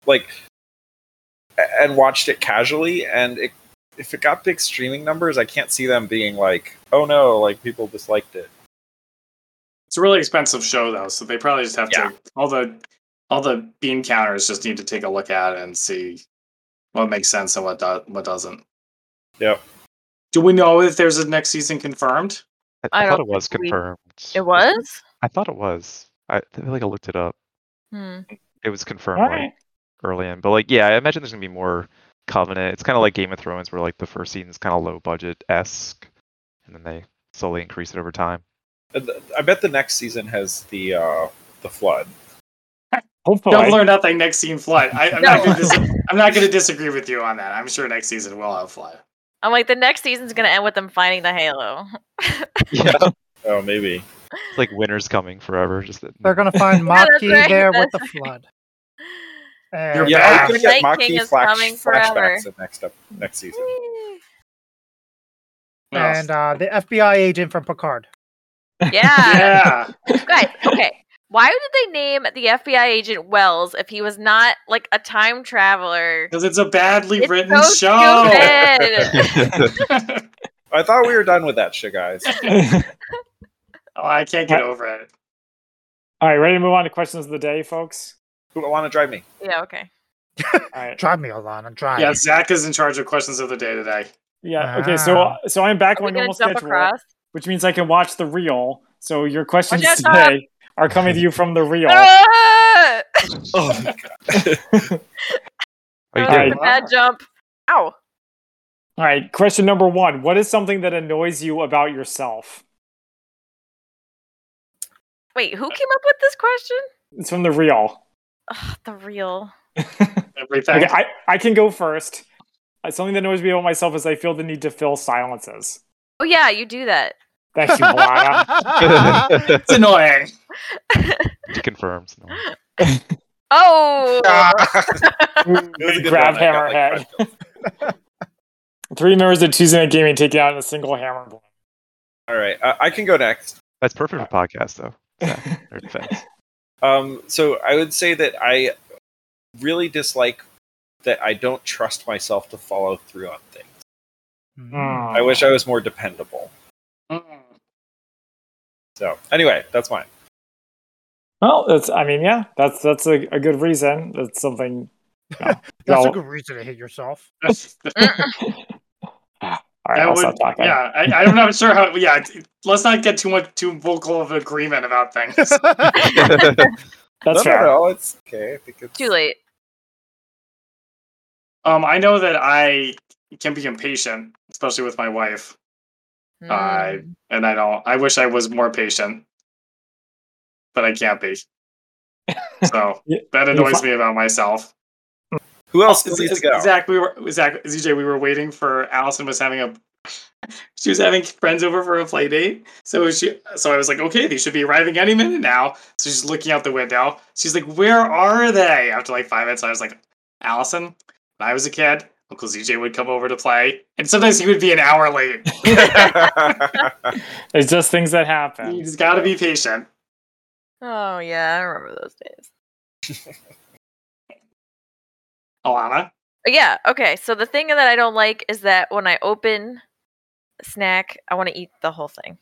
[SPEAKER 3] like, a- and watched it casually. And it, if it got big streaming numbers, I can't see them being like, oh no, like people disliked it.
[SPEAKER 1] it's a really expensive show though, so they probably just have
[SPEAKER 3] Yeah.
[SPEAKER 1] to all the all the bean counters just need to take a look at it and see what makes sense and what do, what doesn't.
[SPEAKER 3] Yep.
[SPEAKER 1] Do we know if there's a next season confirmed?
[SPEAKER 5] I,
[SPEAKER 2] I
[SPEAKER 5] I thought
[SPEAKER 2] don't
[SPEAKER 5] it was
[SPEAKER 2] think we-
[SPEAKER 5] confirmed.
[SPEAKER 2] It was?
[SPEAKER 5] I thought it was. I, I feel like I looked it up.
[SPEAKER 2] Hmm.
[SPEAKER 5] It was confirmed
[SPEAKER 6] All
[SPEAKER 5] like,
[SPEAKER 6] right.
[SPEAKER 5] early in, but like yeah, I imagine there's gonna be more Covenant. It's kind of like Game of Thrones, where like the first season's kind of low budget esque, and then they slowly increase it over time.
[SPEAKER 3] And th- I bet the next season has the uh, the flood.
[SPEAKER 6] Hopefully.
[SPEAKER 1] Don't learn nothing. Next season flood. I, I'm not
[SPEAKER 2] No.
[SPEAKER 1] going to dis- I'm not going to disagree with you on that. I'm sure next season will have flood.
[SPEAKER 2] I'm like, the next season's going to end with them finding the Halo.
[SPEAKER 5] Yeah,
[SPEAKER 3] Oh, maybe.
[SPEAKER 5] like winter's coming forever. Just that-
[SPEAKER 4] They're gonna find
[SPEAKER 2] Yeah, that's
[SPEAKER 4] Maki
[SPEAKER 2] right,
[SPEAKER 4] there with
[SPEAKER 2] that's
[SPEAKER 4] the
[SPEAKER 2] right.
[SPEAKER 4] flood.
[SPEAKER 1] You're
[SPEAKER 4] And
[SPEAKER 1] Yeah,
[SPEAKER 3] Yeah, I was
[SPEAKER 1] the
[SPEAKER 3] gonna get
[SPEAKER 2] Night King
[SPEAKER 3] Maki
[SPEAKER 2] is
[SPEAKER 3] flash,
[SPEAKER 2] coming forever.
[SPEAKER 3] flashbacks in next up next season.
[SPEAKER 1] What else?
[SPEAKER 4] and uh, the FBI agent from Picard.
[SPEAKER 2] yeah.
[SPEAKER 1] yeah,
[SPEAKER 2] Guys, okay. Why did they name the FBI agent Wells if he was not like a time traveler?
[SPEAKER 1] because it's a badly
[SPEAKER 2] It's
[SPEAKER 1] written
[SPEAKER 2] so
[SPEAKER 1] show.
[SPEAKER 2] stupid.
[SPEAKER 3] I thought we were done with that shit, guys.
[SPEAKER 1] oh, I can't get over it.
[SPEAKER 6] All right, ready to move on to questions of the day, folks?
[SPEAKER 3] Who want to drive me?
[SPEAKER 2] yeah, okay.
[SPEAKER 6] All right.
[SPEAKER 4] Drive me, Alana. Drive.
[SPEAKER 1] Yeah, Zach is in charge of questions of the day today.
[SPEAKER 6] Yeah. Okay. So,
[SPEAKER 4] Ah.
[SPEAKER 6] so I'm back
[SPEAKER 2] Are we
[SPEAKER 6] on
[SPEAKER 2] going
[SPEAKER 6] normal
[SPEAKER 2] to jump
[SPEAKER 6] schedule,
[SPEAKER 2] across?
[SPEAKER 6] which means I can watch the reel. So your questions
[SPEAKER 2] Watch out,
[SPEAKER 6] today are coming to you from the reel.
[SPEAKER 2] Ah!
[SPEAKER 3] Oh,
[SPEAKER 5] Are Oh,
[SPEAKER 2] That was
[SPEAKER 5] you doing?
[SPEAKER 2] Oh, a bad jump. Ow.
[SPEAKER 6] All right. Question number one: What is something that annoys you about yourself?
[SPEAKER 2] Wait, who came up with this question?
[SPEAKER 6] It's from the reel.
[SPEAKER 2] Ugh, the real.
[SPEAKER 1] Everything.
[SPEAKER 6] Okay, I, I can go first. Uh, something that annoys me about myself is I feel the need to fill silences.
[SPEAKER 2] Oh yeah, you do that.
[SPEAKER 6] Thank you, Alana.
[SPEAKER 1] it's annoying.
[SPEAKER 5] He confirms. No.
[SPEAKER 2] Oh,
[SPEAKER 5] Ah.
[SPEAKER 3] It was a good
[SPEAKER 6] Grab
[SPEAKER 3] one. I got, like,
[SPEAKER 6] hammerhead. Three members of Tuesday Night Gaming take it out in a single hammer blow.
[SPEAKER 3] All right, I, I can go next.
[SPEAKER 5] That's perfect for podcast though. Yeah, they're fans.
[SPEAKER 3] Um, so I would say that I really dislike that I don't trust myself to follow through on things.
[SPEAKER 4] Mm.
[SPEAKER 6] Mm.
[SPEAKER 1] Hmm.
[SPEAKER 3] I wish I was more dependable.
[SPEAKER 1] Mm.
[SPEAKER 3] So anyway, that's mine.
[SPEAKER 6] Well, that's. I mean, yeah, that's that's a, a good reason. That's something. you know,
[SPEAKER 4] That's a
[SPEAKER 6] y'all-
[SPEAKER 4] good reason to hit yourself.
[SPEAKER 6] all right,
[SPEAKER 1] I
[SPEAKER 6] I'll
[SPEAKER 1] would-
[SPEAKER 6] stop talking.
[SPEAKER 1] yeah, I, I'm not sure how. Yeah, it's- let's not get too much too vocal of agreement about things.
[SPEAKER 6] That's
[SPEAKER 3] no,
[SPEAKER 6] fair.
[SPEAKER 3] no, no, it's okay. I think it's
[SPEAKER 2] too late.
[SPEAKER 1] Um, I know that I can be impatient, especially with my wife, I-
[SPEAKER 2] Mm.
[SPEAKER 1] and I don't. I wish I was more patient, but I can't be. So
[SPEAKER 6] Yeah,
[SPEAKER 1] that
[SPEAKER 6] you're
[SPEAKER 1] annoys
[SPEAKER 6] fi-
[SPEAKER 1] me about myself.
[SPEAKER 3] Who else is needs to go?
[SPEAKER 1] Zach, we were Zach ZJ. We were waiting for Allison was having a she was having friends over for a play date. So she so I was like, okay, they should be arriving any minute now. So she's looking out the window. She's like, where are they? After like five minutes, I was like, Allison. When I was a kid, Uncle ZJ would come over to play, and sometimes he would be an hour late.
[SPEAKER 6] It's just things that happen.
[SPEAKER 1] You just got to be patient.
[SPEAKER 2] Oh yeah, I remember those days.
[SPEAKER 1] Alana,
[SPEAKER 2] But yeah, okay. So the thing that I don't like is that when I open a snack, I want to eat the whole thing.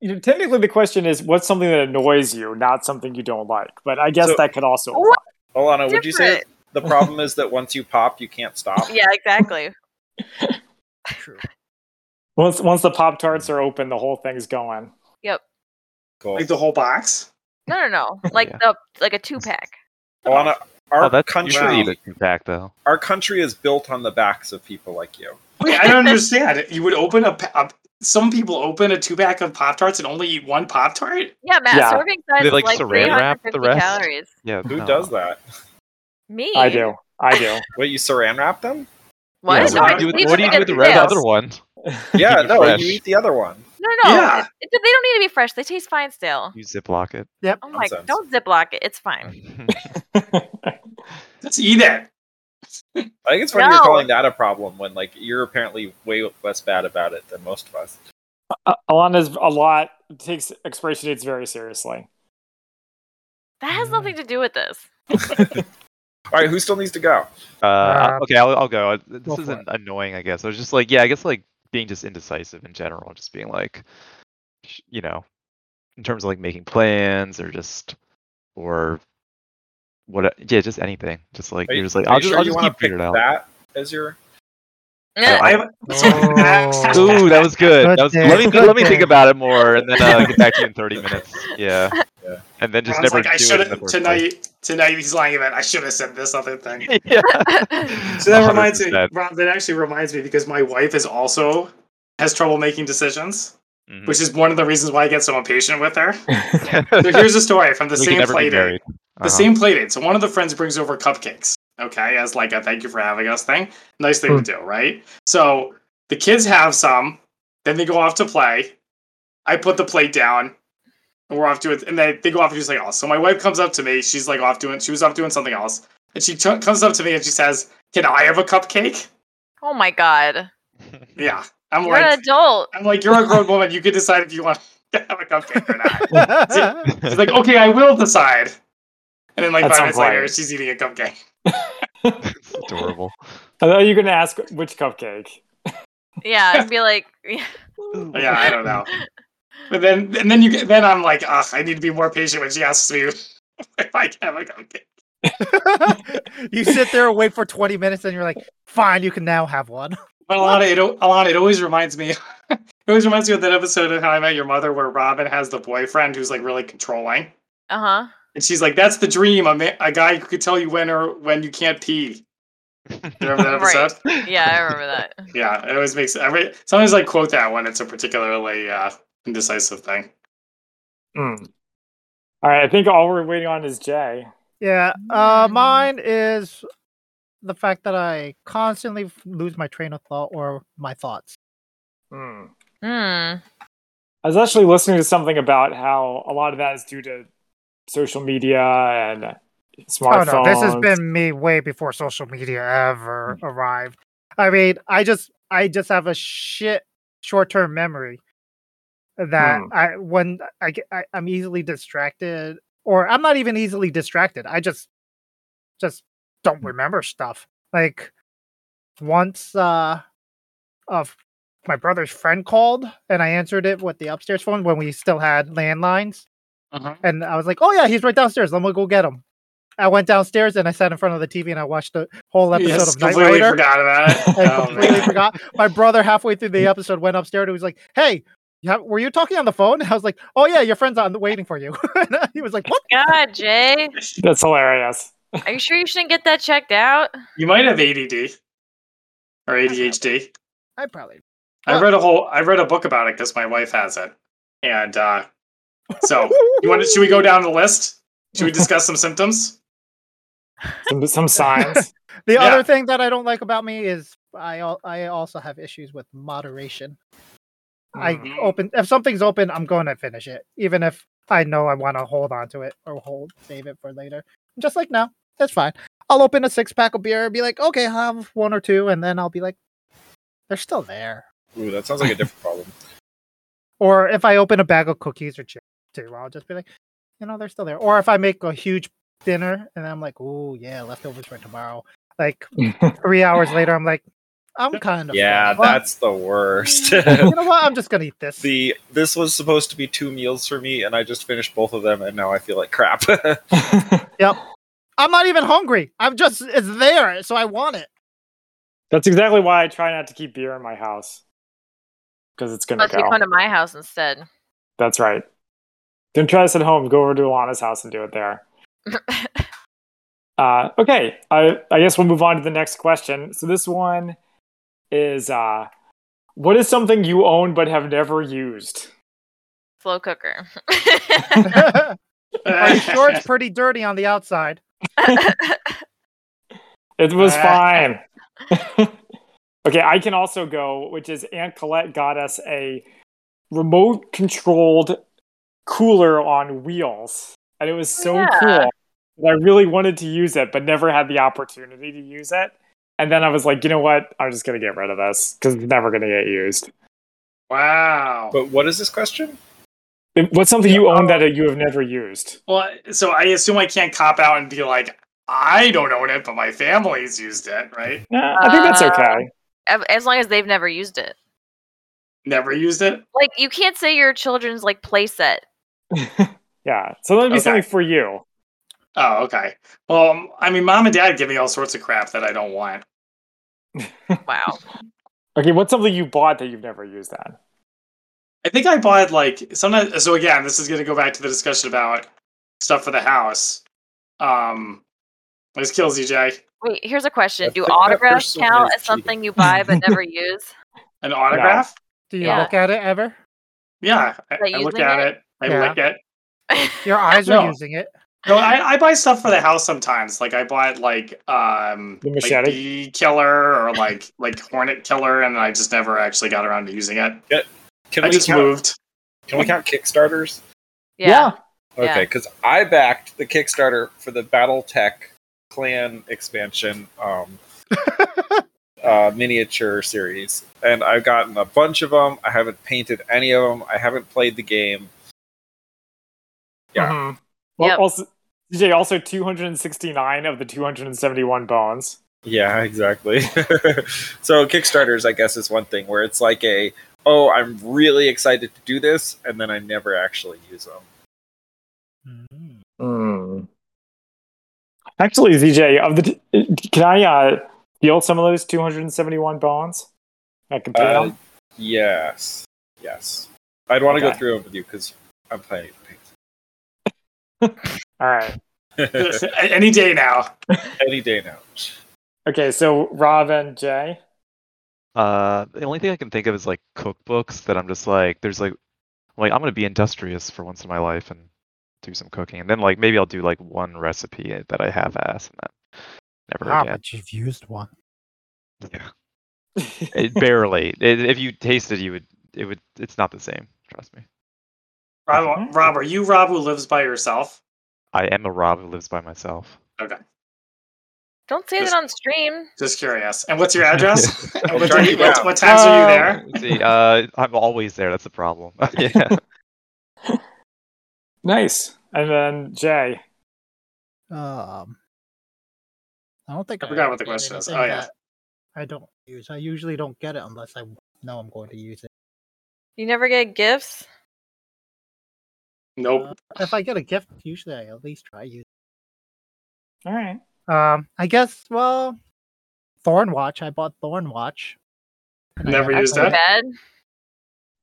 [SPEAKER 6] You know, technically, the question is what's something that annoys you, not something you don't like. But I guess
[SPEAKER 3] So-
[SPEAKER 6] that could also.
[SPEAKER 2] What?
[SPEAKER 3] Alana, would you say
[SPEAKER 2] Different.
[SPEAKER 3] the problem is that once you pop, you can't stop?
[SPEAKER 2] Yeah, exactly.
[SPEAKER 4] True.
[SPEAKER 6] Once once the Pop Tarts are open, the whole thing's going.
[SPEAKER 3] Cool.
[SPEAKER 1] Like the whole box?
[SPEAKER 2] No, no, no. Like
[SPEAKER 5] Yeah.
[SPEAKER 2] the like a two pack.
[SPEAKER 3] Well, on a- our
[SPEAKER 5] oh, that's
[SPEAKER 3] country,
[SPEAKER 5] usually the impact though.
[SPEAKER 3] our country is built on the backs of people like you.
[SPEAKER 1] Wait, I don't understand. You would open a, pa- a- some people open a two pack of Pop Tarts and only eat one Pop Tart?
[SPEAKER 2] Yeah, Matt.
[SPEAKER 6] Yeah.
[SPEAKER 2] Serving size
[SPEAKER 5] They,
[SPEAKER 2] is
[SPEAKER 5] like,
[SPEAKER 2] like
[SPEAKER 5] saran wrap the
[SPEAKER 2] 350
[SPEAKER 5] rest?
[SPEAKER 2] calories.
[SPEAKER 5] Yeah.
[SPEAKER 3] Who
[SPEAKER 5] no.
[SPEAKER 3] does that?
[SPEAKER 2] Me.
[SPEAKER 6] I do. I do.
[SPEAKER 3] Wait, you saran wrap them?
[SPEAKER 2] What?
[SPEAKER 5] Yeah,
[SPEAKER 1] so
[SPEAKER 2] no,
[SPEAKER 5] what
[SPEAKER 2] I
[SPEAKER 5] do
[SPEAKER 1] just
[SPEAKER 5] you do
[SPEAKER 2] leave
[SPEAKER 1] leaves
[SPEAKER 5] with, what do
[SPEAKER 1] it
[SPEAKER 2] them
[SPEAKER 5] you do
[SPEAKER 2] in
[SPEAKER 5] with the
[SPEAKER 1] as
[SPEAKER 5] red
[SPEAKER 1] is.
[SPEAKER 5] other one?
[SPEAKER 3] Yeah,
[SPEAKER 5] Keep it
[SPEAKER 3] no,
[SPEAKER 5] fresh.
[SPEAKER 3] you eat the other one.
[SPEAKER 2] No, no, no.
[SPEAKER 1] Yeah.
[SPEAKER 2] It- it- they don't need to be fresh. They taste fine still.
[SPEAKER 5] You ziplock it.
[SPEAKER 2] Oh my!
[SPEAKER 3] Nonsense.
[SPEAKER 2] Don't ziplock it. It's fine.
[SPEAKER 1] Let's eat it.
[SPEAKER 3] I it's funny you're
[SPEAKER 2] No.
[SPEAKER 3] calling that a problem when like you're apparently way less bad about it than most of us.
[SPEAKER 6] Uh, Alana's a lot takes expiration dates very seriously.
[SPEAKER 2] That has nothing to do with this.
[SPEAKER 3] All right, who still needs to go?
[SPEAKER 5] Uh,
[SPEAKER 4] Uh,
[SPEAKER 5] okay, I'll, I'll go. I- This
[SPEAKER 4] go for
[SPEAKER 5] isn't annoying, I guess. I was just like, yeah, I guess like being just indecisive in general, just being like, sh- you know, in terms of like making plans or just or what? Yeah, just anything. Just like
[SPEAKER 3] Are you,
[SPEAKER 5] you're just like,
[SPEAKER 3] are
[SPEAKER 5] I'll
[SPEAKER 3] you
[SPEAKER 5] just,
[SPEAKER 3] sure
[SPEAKER 5] I'll
[SPEAKER 3] you
[SPEAKER 5] just
[SPEAKER 3] wanna
[SPEAKER 5] keep figuring
[SPEAKER 3] pick
[SPEAKER 5] it out.
[SPEAKER 3] that as your
[SPEAKER 5] I-
[SPEAKER 1] I have-
[SPEAKER 4] Oh.
[SPEAKER 5] Ooh, that was good.
[SPEAKER 4] Good
[SPEAKER 5] that was,
[SPEAKER 4] there,
[SPEAKER 5] let me
[SPEAKER 4] good
[SPEAKER 5] let me think
[SPEAKER 4] there.
[SPEAKER 5] about it more, and then uh, get back to you in thirty minutes. Yeah.
[SPEAKER 3] Yeah.
[SPEAKER 5] And then just
[SPEAKER 1] Brown's
[SPEAKER 5] never
[SPEAKER 1] like, I
[SPEAKER 5] do
[SPEAKER 1] should
[SPEAKER 5] it in the
[SPEAKER 1] have
[SPEAKER 5] first place.
[SPEAKER 1] tonight. Tonight he's lying about. I should have said this other thing.
[SPEAKER 5] yeah.
[SPEAKER 1] So that reminds
[SPEAKER 5] 100%.
[SPEAKER 1] me, Rob. That actually reminds me because my wife is also has trouble making decisions,
[SPEAKER 5] Mhm.
[SPEAKER 1] which is one of the reasons why I get so impatient with her. So here's a story from the
[SPEAKER 5] We can
[SPEAKER 1] same
[SPEAKER 5] never be
[SPEAKER 1] play date.
[SPEAKER 5] married.
[SPEAKER 1] The same play date. So one of the friends brings over cupcakes, okay, as like a thank you for having us thing. Nice thing to do, right? So the kids have some, then they go off to play. I put the plate down, and we're off to it. And they, they go off and do something else. So my wife comes up to me. She's like off doing, she was off doing something else. And she t- comes up to me and she says, Can I have a cupcake?
[SPEAKER 2] oh my god!
[SPEAKER 5] Uh-huh.
[SPEAKER 1] Yeah. I'm
[SPEAKER 2] You're
[SPEAKER 1] like,
[SPEAKER 2] an adult.
[SPEAKER 1] I'm like, You're a grown woman. You can decide if you want to have a cupcake or not. She's like, Okay, I will decide. And then like
[SPEAKER 6] That's
[SPEAKER 1] five minutes later,
[SPEAKER 6] hilarious.
[SPEAKER 1] she's eating a cupcake.
[SPEAKER 5] It's adorable.
[SPEAKER 6] I thought you were gonna ask which cupcake.
[SPEAKER 2] Yeah, I'd be like,
[SPEAKER 1] Oh, yeah, I don't know. But then, and then you, get- then I'm like, ugh, I need to be more patient when she asks me if I can have a cupcake.
[SPEAKER 4] you sit there and wait for 20 minutes and you're like, fine, you can now have one.
[SPEAKER 1] But Alana, it, al- Alana, it always reminds me, it always reminds me of that episode of How I Met Your Mother where Robin has the boyfriend who's like really controlling,
[SPEAKER 2] uh huh.
[SPEAKER 1] and she's like, that's the dream, a, ma- a guy who could tell you when or when you can't pee. You remember that
[SPEAKER 2] Right.
[SPEAKER 1] episode?
[SPEAKER 2] Yeah, I remember that.
[SPEAKER 1] Yeah, it always makes. I re- sometimes I quote that when it's a particularly uh, indecisive thing.
[SPEAKER 6] Mm. All right, I think all we're waiting on is Jay.
[SPEAKER 4] Yeah. Uh,
[SPEAKER 2] Mm.
[SPEAKER 4] mine is the fact that I constantly f- lose my train of thought or my thoughts.
[SPEAKER 6] Mm.
[SPEAKER 2] Hmm.
[SPEAKER 6] I was actually listening to something about how a lot of that is due to social media and
[SPEAKER 4] Oh no,
[SPEAKER 6] smartphones.
[SPEAKER 4] this has been me way before social media ever arrived. I mean, I just I just have a shit short-term memory that
[SPEAKER 6] Hmm.
[SPEAKER 4] I when I, get- I I'm easily distracted or I'm not even easily distracted. I just just don't remember stuff. Like once uh of my brother's friend called and I answered it with the upstairs phone when we still had landlines.
[SPEAKER 1] Mm-hmm.
[SPEAKER 4] And I was like, "Oh yeah, he's right downstairs. I'm gonna go get him." I went downstairs and I sat in front of the TV and I watched the whole episode
[SPEAKER 1] Yes,
[SPEAKER 4] of Night
[SPEAKER 1] completely
[SPEAKER 4] Rider.
[SPEAKER 1] forgot about it.
[SPEAKER 4] I
[SPEAKER 1] Oh,
[SPEAKER 4] completely
[SPEAKER 1] man.
[SPEAKER 4] forgot. My brother halfway through the episode went upstairs and was like, "Hey, you ha- were you talking on the phone?" And I was like, "Oh yeah, your friend's on waiting for you." And he was like, "What?"
[SPEAKER 2] God, Jay,
[SPEAKER 6] That's hilarious.
[SPEAKER 2] are you sure you shouldn't get that checked out?
[SPEAKER 1] You might have ADD or ADHD.
[SPEAKER 4] I probably
[SPEAKER 1] I
[SPEAKER 4] Huh.
[SPEAKER 1] read a whole. I read a book about it because my wife has it, and uh, so you want? to? Should we go down the list? Should we discuss some symptoms?
[SPEAKER 6] Some, some signs.
[SPEAKER 4] The
[SPEAKER 1] Yeah.
[SPEAKER 4] other thing that I don't like about me is I al- I also have issues with moderation. I
[SPEAKER 1] Mhm.
[SPEAKER 4] open if something's open, I'm going to finish it, even if I know I want to hold on to it or hold save it for later. I'm just like no, that's fine. I'll open a six pack of beer and be like, okay, I'll have one or two, and then I'll be like, they're still there.
[SPEAKER 3] Ooh, that sounds like a different problem.
[SPEAKER 4] Or if I open a bag of cookies or chips too, I'll just be like, you know, they're still there. Or if I make a huge dinner and I'm like, oh yeah, leftovers for tomorrow. Like three hours later, I'm like, I'm kind of
[SPEAKER 3] Yeah,
[SPEAKER 4] full. Well,
[SPEAKER 3] that's the worst.
[SPEAKER 4] you know what? I'm just gonna eat this.
[SPEAKER 3] the this was supposed to be two meals for me, and I just finished both of them, and now I feel like crap.
[SPEAKER 4] I'm not even hungry. I'm just it's there, so I want it.
[SPEAKER 6] That's exactly why I try not to keep beer in my house because it's gonna
[SPEAKER 2] Unless you
[SPEAKER 6] go.
[SPEAKER 2] come to my house instead.
[SPEAKER 6] That's right. Don't try this at home. Go over to Alana's house and do it there. Uh, okay, I, I guess we'll move on to the next question. So this one is, uh, what is something you own but have never used?
[SPEAKER 2] Slow cooker.
[SPEAKER 4] Are you sure it's pretty dirty on the outside?
[SPEAKER 6] It was
[SPEAKER 1] Ah.
[SPEAKER 6] fine. okay, I can also go, which is Aunt Colette got us a remote controlled cooler on wheels. And it was
[SPEAKER 1] Oh,
[SPEAKER 6] so
[SPEAKER 2] Yeah.
[SPEAKER 6] cool. And I really wanted to use it, but never had the opportunity to use it. And then I was like, you know what? I'm just going to get rid of this because it's never going to get used.
[SPEAKER 1] wow.
[SPEAKER 3] But what is this question?
[SPEAKER 6] It- What's something you own that you have never used?
[SPEAKER 1] Well, so I assume I can't cop out and be like, I don't own it, but my family's used it, right?
[SPEAKER 6] Nah, I think that's
[SPEAKER 2] Uh,
[SPEAKER 6] okay.
[SPEAKER 2] As as long as they've never used it.
[SPEAKER 1] Never used it.
[SPEAKER 2] Like you can't say your children's like playset.
[SPEAKER 6] Yeah. So that'd be
[SPEAKER 1] okay.
[SPEAKER 6] something for you.
[SPEAKER 1] Oh, okay. Well, um, I mean, mom and dad give me all sorts of crap that I don't want.
[SPEAKER 2] Wow.
[SPEAKER 6] Okay, what's something you bought that you've never used then?
[SPEAKER 1] I think I bought like sometimes. So again, this is going to go back to the discussion about stuff for the house. Um, this kills you, Jay.
[SPEAKER 2] Wait, here's a question.
[SPEAKER 3] I
[SPEAKER 2] Do
[SPEAKER 3] think that
[SPEAKER 2] autographs
[SPEAKER 3] person
[SPEAKER 2] count
[SPEAKER 3] is
[SPEAKER 2] as something you buy but never use?
[SPEAKER 1] An autograph?
[SPEAKER 4] Do you
[SPEAKER 2] Yeah.
[SPEAKER 4] look at it ever?
[SPEAKER 1] Yeah, I,
[SPEAKER 2] Like
[SPEAKER 1] I look
[SPEAKER 2] using
[SPEAKER 1] at
[SPEAKER 2] it?
[SPEAKER 1] it. I
[SPEAKER 4] Yeah.
[SPEAKER 1] lick it.
[SPEAKER 4] Your eyes
[SPEAKER 1] No.
[SPEAKER 4] are using it.
[SPEAKER 1] No, I, I buy stuff for the house sometimes. Like I bought like um
[SPEAKER 6] The
[SPEAKER 1] like
[SPEAKER 6] machete?
[SPEAKER 1] bee killer or like like hornet killer, and I just never actually got around to using it.
[SPEAKER 3] Can
[SPEAKER 1] I
[SPEAKER 3] we
[SPEAKER 1] just
[SPEAKER 3] count,
[SPEAKER 1] moved.
[SPEAKER 3] Can we count Kickstarters?
[SPEAKER 2] Yeah. Yeah.
[SPEAKER 3] Okay, because I backed the Kickstarter for the BattleTech Clan expansion um, uh, miniature series, and I've gotten a bunch of them. I haven't painted any of them. I haven't played the game. Yeah.
[SPEAKER 6] Mhm. Well,
[SPEAKER 2] Yep.
[SPEAKER 6] also, DJ, also 269 of the 271 bones.
[SPEAKER 3] Yeah, exactly. so Kickstarters, I guess, is one thing where it's like a, oh, I'm really excited to do this, and then I never actually use them.
[SPEAKER 4] Mm,
[SPEAKER 6] Hmm. Actually, DJ, of the can I uh, deal some of those 271 bones? I can pay
[SPEAKER 3] Uh,
[SPEAKER 6] them.
[SPEAKER 3] yes, yes. I'd want to go
[SPEAKER 6] Okay.
[SPEAKER 3] through them with you because I'm planning to
[SPEAKER 6] All right.
[SPEAKER 3] paint
[SPEAKER 1] Any day now.
[SPEAKER 3] any day now.
[SPEAKER 6] Okay, so Rob and Jay.
[SPEAKER 5] Uh, the only thing I can think of is like cookbooks that I'm just like, there's like, like I'm gonna be industrious for once in my life and do some cooking, and then like maybe I'll do like one recipe that I have ass and then never
[SPEAKER 4] Ah,
[SPEAKER 5] again.
[SPEAKER 4] but you've used one.
[SPEAKER 5] Yeah. It barely. It, if you tasted, you would. It would. It's not the same. Trust me.
[SPEAKER 1] Rob, Rob, are you Rob who lives by yourself?
[SPEAKER 5] I am a Rob who lives by myself.
[SPEAKER 2] Don't say
[SPEAKER 1] Just-
[SPEAKER 2] that on stream.
[SPEAKER 1] Just curious. And what's your address? And
[SPEAKER 3] I'll
[SPEAKER 1] what,
[SPEAKER 3] track
[SPEAKER 1] day-
[SPEAKER 3] you
[SPEAKER 1] what-
[SPEAKER 3] down.
[SPEAKER 1] what times are you there?
[SPEAKER 5] See, uh, I'm always there. That's the problem. yeah.
[SPEAKER 6] Nice. And then Jay.
[SPEAKER 4] Um, I don't think
[SPEAKER 1] I forgot what
[SPEAKER 4] ever
[SPEAKER 1] the
[SPEAKER 4] did
[SPEAKER 1] question is.
[SPEAKER 4] anything
[SPEAKER 1] Oh, yeah.
[SPEAKER 4] that I don't use. I usually don't get it unless I know I'm going to use it.
[SPEAKER 2] You never get gifts?
[SPEAKER 1] Nope.
[SPEAKER 4] If I get a gift, usually I at least try use.
[SPEAKER 6] All right.
[SPEAKER 4] It. Um, I guess. Well, Thorn Watch. I bought Thorn Watch. and I
[SPEAKER 1] Never
[SPEAKER 4] never
[SPEAKER 1] used
[SPEAKER 4] played
[SPEAKER 1] it.
[SPEAKER 4] it.
[SPEAKER 2] Bad.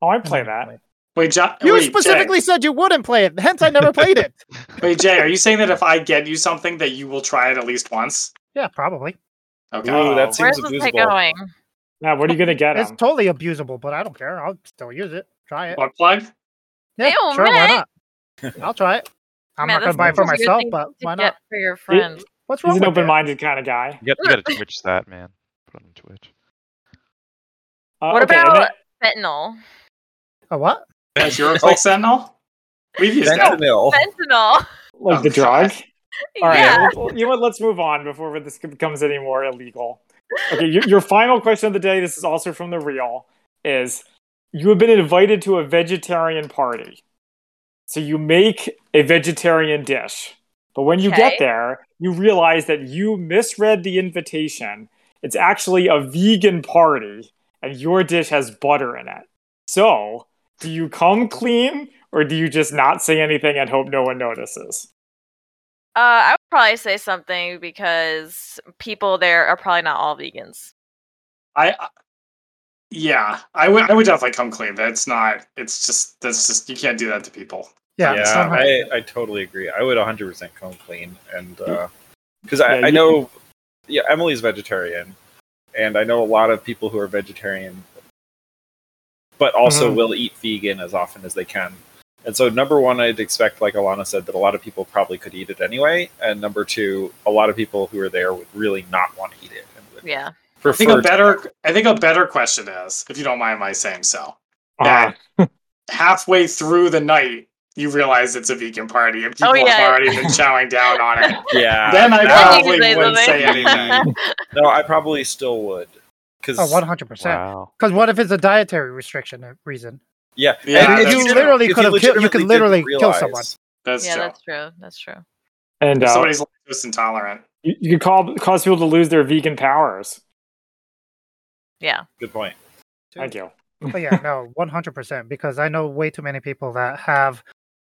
[SPEAKER 6] Oh, I
[SPEAKER 4] and
[SPEAKER 6] play
[SPEAKER 4] I never
[SPEAKER 6] that.
[SPEAKER 4] played
[SPEAKER 1] Wait, John.
[SPEAKER 4] it. You
[SPEAKER 1] wait, Jay.
[SPEAKER 4] specifically said you wouldn't play it, hence I never played it.
[SPEAKER 1] Wait, Jay, are you saying that if I get you something, that you will try it at least once?
[SPEAKER 4] Yeah, probably.
[SPEAKER 1] Okay.
[SPEAKER 3] Ooh, that
[SPEAKER 2] Where's
[SPEAKER 3] seems
[SPEAKER 2] this thing
[SPEAKER 3] abusable.
[SPEAKER 2] going?
[SPEAKER 6] Now, what are you gonna get
[SPEAKER 4] It's
[SPEAKER 6] him?
[SPEAKER 4] totally abusable, but I don't care. I'll still use it. Try it.
[SPEAKER 1] What Oh. plug?
[SPEAKER 4] Yeah,
[SPEAKER 2] Ew,
[SPEAKER 4] sure, why
[SPEAKER 2] Matt.
[SPEAKER 4] not? I'll try it. I'm
[SPEAKER 2] Man,
[SPEAKER 4] not gonna
[SPEAKER 2] that
[SPEAKER 4] buy it for
[SPEAKER 2] seems like a good
[SPEAKER 4] myself,
[SPEAKER 2] thing
[SPEAKER 4] but
[SPEAKER 2] to
[SPEAKER 4] why
[SPEAKER 2] get
[SPEAKER 4] not?
[SPEAKER 2] For your friends.
[SPEAKER 4] What's wrong
[SPEAKER 6] He's an
[SPEAKER 4] with it?
[SPEAKER 6] open-minded kind of guy.
[SPEAKER 5] You got, you got to Twitch that, man. Put it on Twitch.
[SPEAKER 6] Uh,
[SPEAKER 2] What
[SPEAKER 6] okay, and
[SPEAKER 2] about
[SPEAKER 6] then-
[SPEAKER 2] fentanyl?
[SPEAKER 4] A what?
[SPEAKER 1] That's
[SPEAKER 6] Oh.
[SPEAKER 1] your click Sentinel? We've used that.
[SPEAKER 3] Fentanyl.
[SPEAKER 2] Fentanyl. Uh,
[SPEAKER 6] like the
[SPEAKER 1] Oh,
[SPEAKER 6] drug? All right.
[SPEAKER 2] yeah.
[SPEAKER 6] well, well, you know what? Let's move on before this becomes any more illegal. Okay. Your, your final question of the day. This is also from the real. Is you have been invited to a vegetarian party, so you make a vegetarian dish. But when you
[SPEAKER 2] Okay.
[SPEAKER 6] get there, you realize that you misread the invitation. It's actually a vegan party, and your dish has butter in it. So, do you come clean, or do you just not say anything and hope no one notices?
[SPEAKER 2] Uh, I would probably say something because people there are probably not all vegans.
[SPEAKER 1] I, I- yeah, I would I would definitely come clean. That's not. It's just that's just you can't do that to people.
[SPEAKER 4] Yeah, it's
[SPEAKER 3] yeah,
[SPEAKER 4] not my-
[SPEAKER 3] I, I totally agree. I would 100% come clean, and because I,
[SPEAKER 1] Mm. Yeah,
[SPEAKER 3] I
[SPEAKER 1] you-
[SPEAKER 3] know, yeah, Emily's vegetarian, and I know a lot of people who are vegetarian, but also
[SPEAKER 1] Mm-hmm.
[SPEAKER 4] Mhm.
[SPEAKER 3] will eat vegan as often as they can. And so, number one, I'd expect, like Alana said, that a lot of people probably could eat it anyway, and number two, a lot of people who are there would really not want to eat it. And would
[SPEAKER 2] Yeah.
[SPEAKER 1] I think a
[SPEAKER 3] prefer to-
[SPEAKER 1] better I think a better question is if you don't mind my saying so.
[SPEAKER 6] Uh-huh.
[SPEAKER 1] That halfway through the night you realize it's a vegan party and people
[SPEAKER 2] Oh, yeah.
[SPEAKER 1] have already been chowing down on it.
[SPEAKER 6] Uh,
[SPEAKER 3] yeah.
[SPEAKER 1] Then I
[SPEAKER 3] that-
[SPEAKER 2] Nothing
[SPEAKER 1] probably
[SPEAKER 2] to say,
[SPEAKER 1] wouldn't
[SPEAKER 2] Lily.
[SPEAKER 1] say anything.
[SPEAKER 3] no, I probably still would. Because
[SPEAKER 4] Oh, 100%.
[SPEAKER 5] Wow.
[SPEAKER 4] Because what if it's a dietary restriction uh, reason?
[SPEAKER 3] yeah,
[SPEAKER 1] Yeah,
[SPEAKER 3] And if
[SPEAKER 1] that's
[SPEAKER 3] you
[SPEAKER 1] true.
[SPEAKER 4] literally
[SPEAKER 3] if
[SPEAKER 4] could have killed- you
[SPEAKER 3] legitimately
[SPEAKER 4] could
[SPEAKER 3] didn't
[SPEAKER 4] literally kill
[SPEAKER 3] realize-
[SPEAKER 4] someone.
[SPEAKER 1] That's
[SPEAKER 2] yeah,
[SPEAKER 1] true.
[SPEAKER 2] that's true. That's true.
[SPEAKER 6] And
[SPEAKER 1] If
[SPEAKER 6] uh,
[SPEAKER 1] somebody's lactose intolerant.
[SPEAKER 6] you, you could call, cause people to lose their vegan powers.
[SPEAKER 2] Yeah.
[SPEAKER 3] Good point.
[SPEAKER 6] Thank you.
[SPEAKER 4] But yeah, no, 100%. Because I know way too many people that have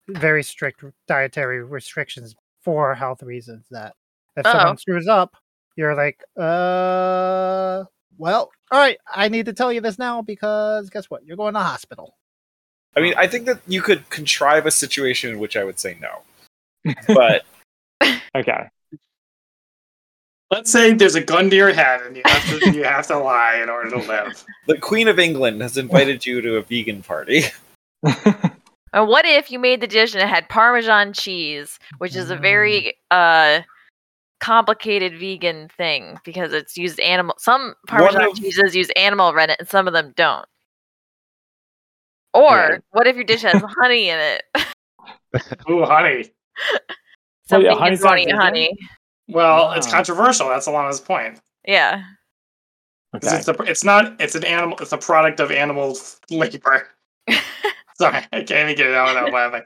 [SPEAKER 4] very strict dietary restrictions for health reasons that if
[SPEAKER 2] Oh.
[SPEAKER 4] someone screws up, you're like, uh, well, all right, I need to tell you this now because guess what? You're going to hospital.
[SPEAKER 3] I mean, I think that you could contrive a situation in which I would say no. But
[SPEAKER 6] Okay.
[SPEAKER 1] Let's say there's a gun to your head and you have to you have to lie in order to live.
[SPEAKER 3] the Queen of England has invited you to a vegan party.
[SPEAKER 2] And what if you made the dish and it had Parmesan cheese, which is a very
[SPEAKER 4] Mm.
[SPEAKER 2] uh complicated vegan thing because it's used animal. Some Parmesan
[SPEAKER 3] of-
[SPEAKER 2] cheeses use animal rennet, and some of them don't. Or
[SPEAKER 6] Right.
[SPEAKER 2] what if your dish has honey in it?
[SPEAKER 1] Ooh, honey.
[SPEAKER 6] Well,
[SPEAKER 2] Some
[SPEAKER 6] yeah,
[SPEAKER 2] vegans
[SPEAKER 6] honey's
[SPEAKER 2] won't
[SPEAKER 6] not
[SPEAKER 2] eat
[SPEAKER 6] vegan.
[SPEAKER 2] honey.
[SPEAKER 1] Well, it's
[SPEAKER 6] Wow.
[SPEAKER 1] controversial. That's Alana's point.
[SPEAKER 2] Yeah.
[SPEAKER 1] 'Cause
[SPEAKER 6] Okay.
[SPEAKER 1] It's, the, it's not. It's an animal. It's a product of animal labor. Sorry, I can't even get it out without laughing.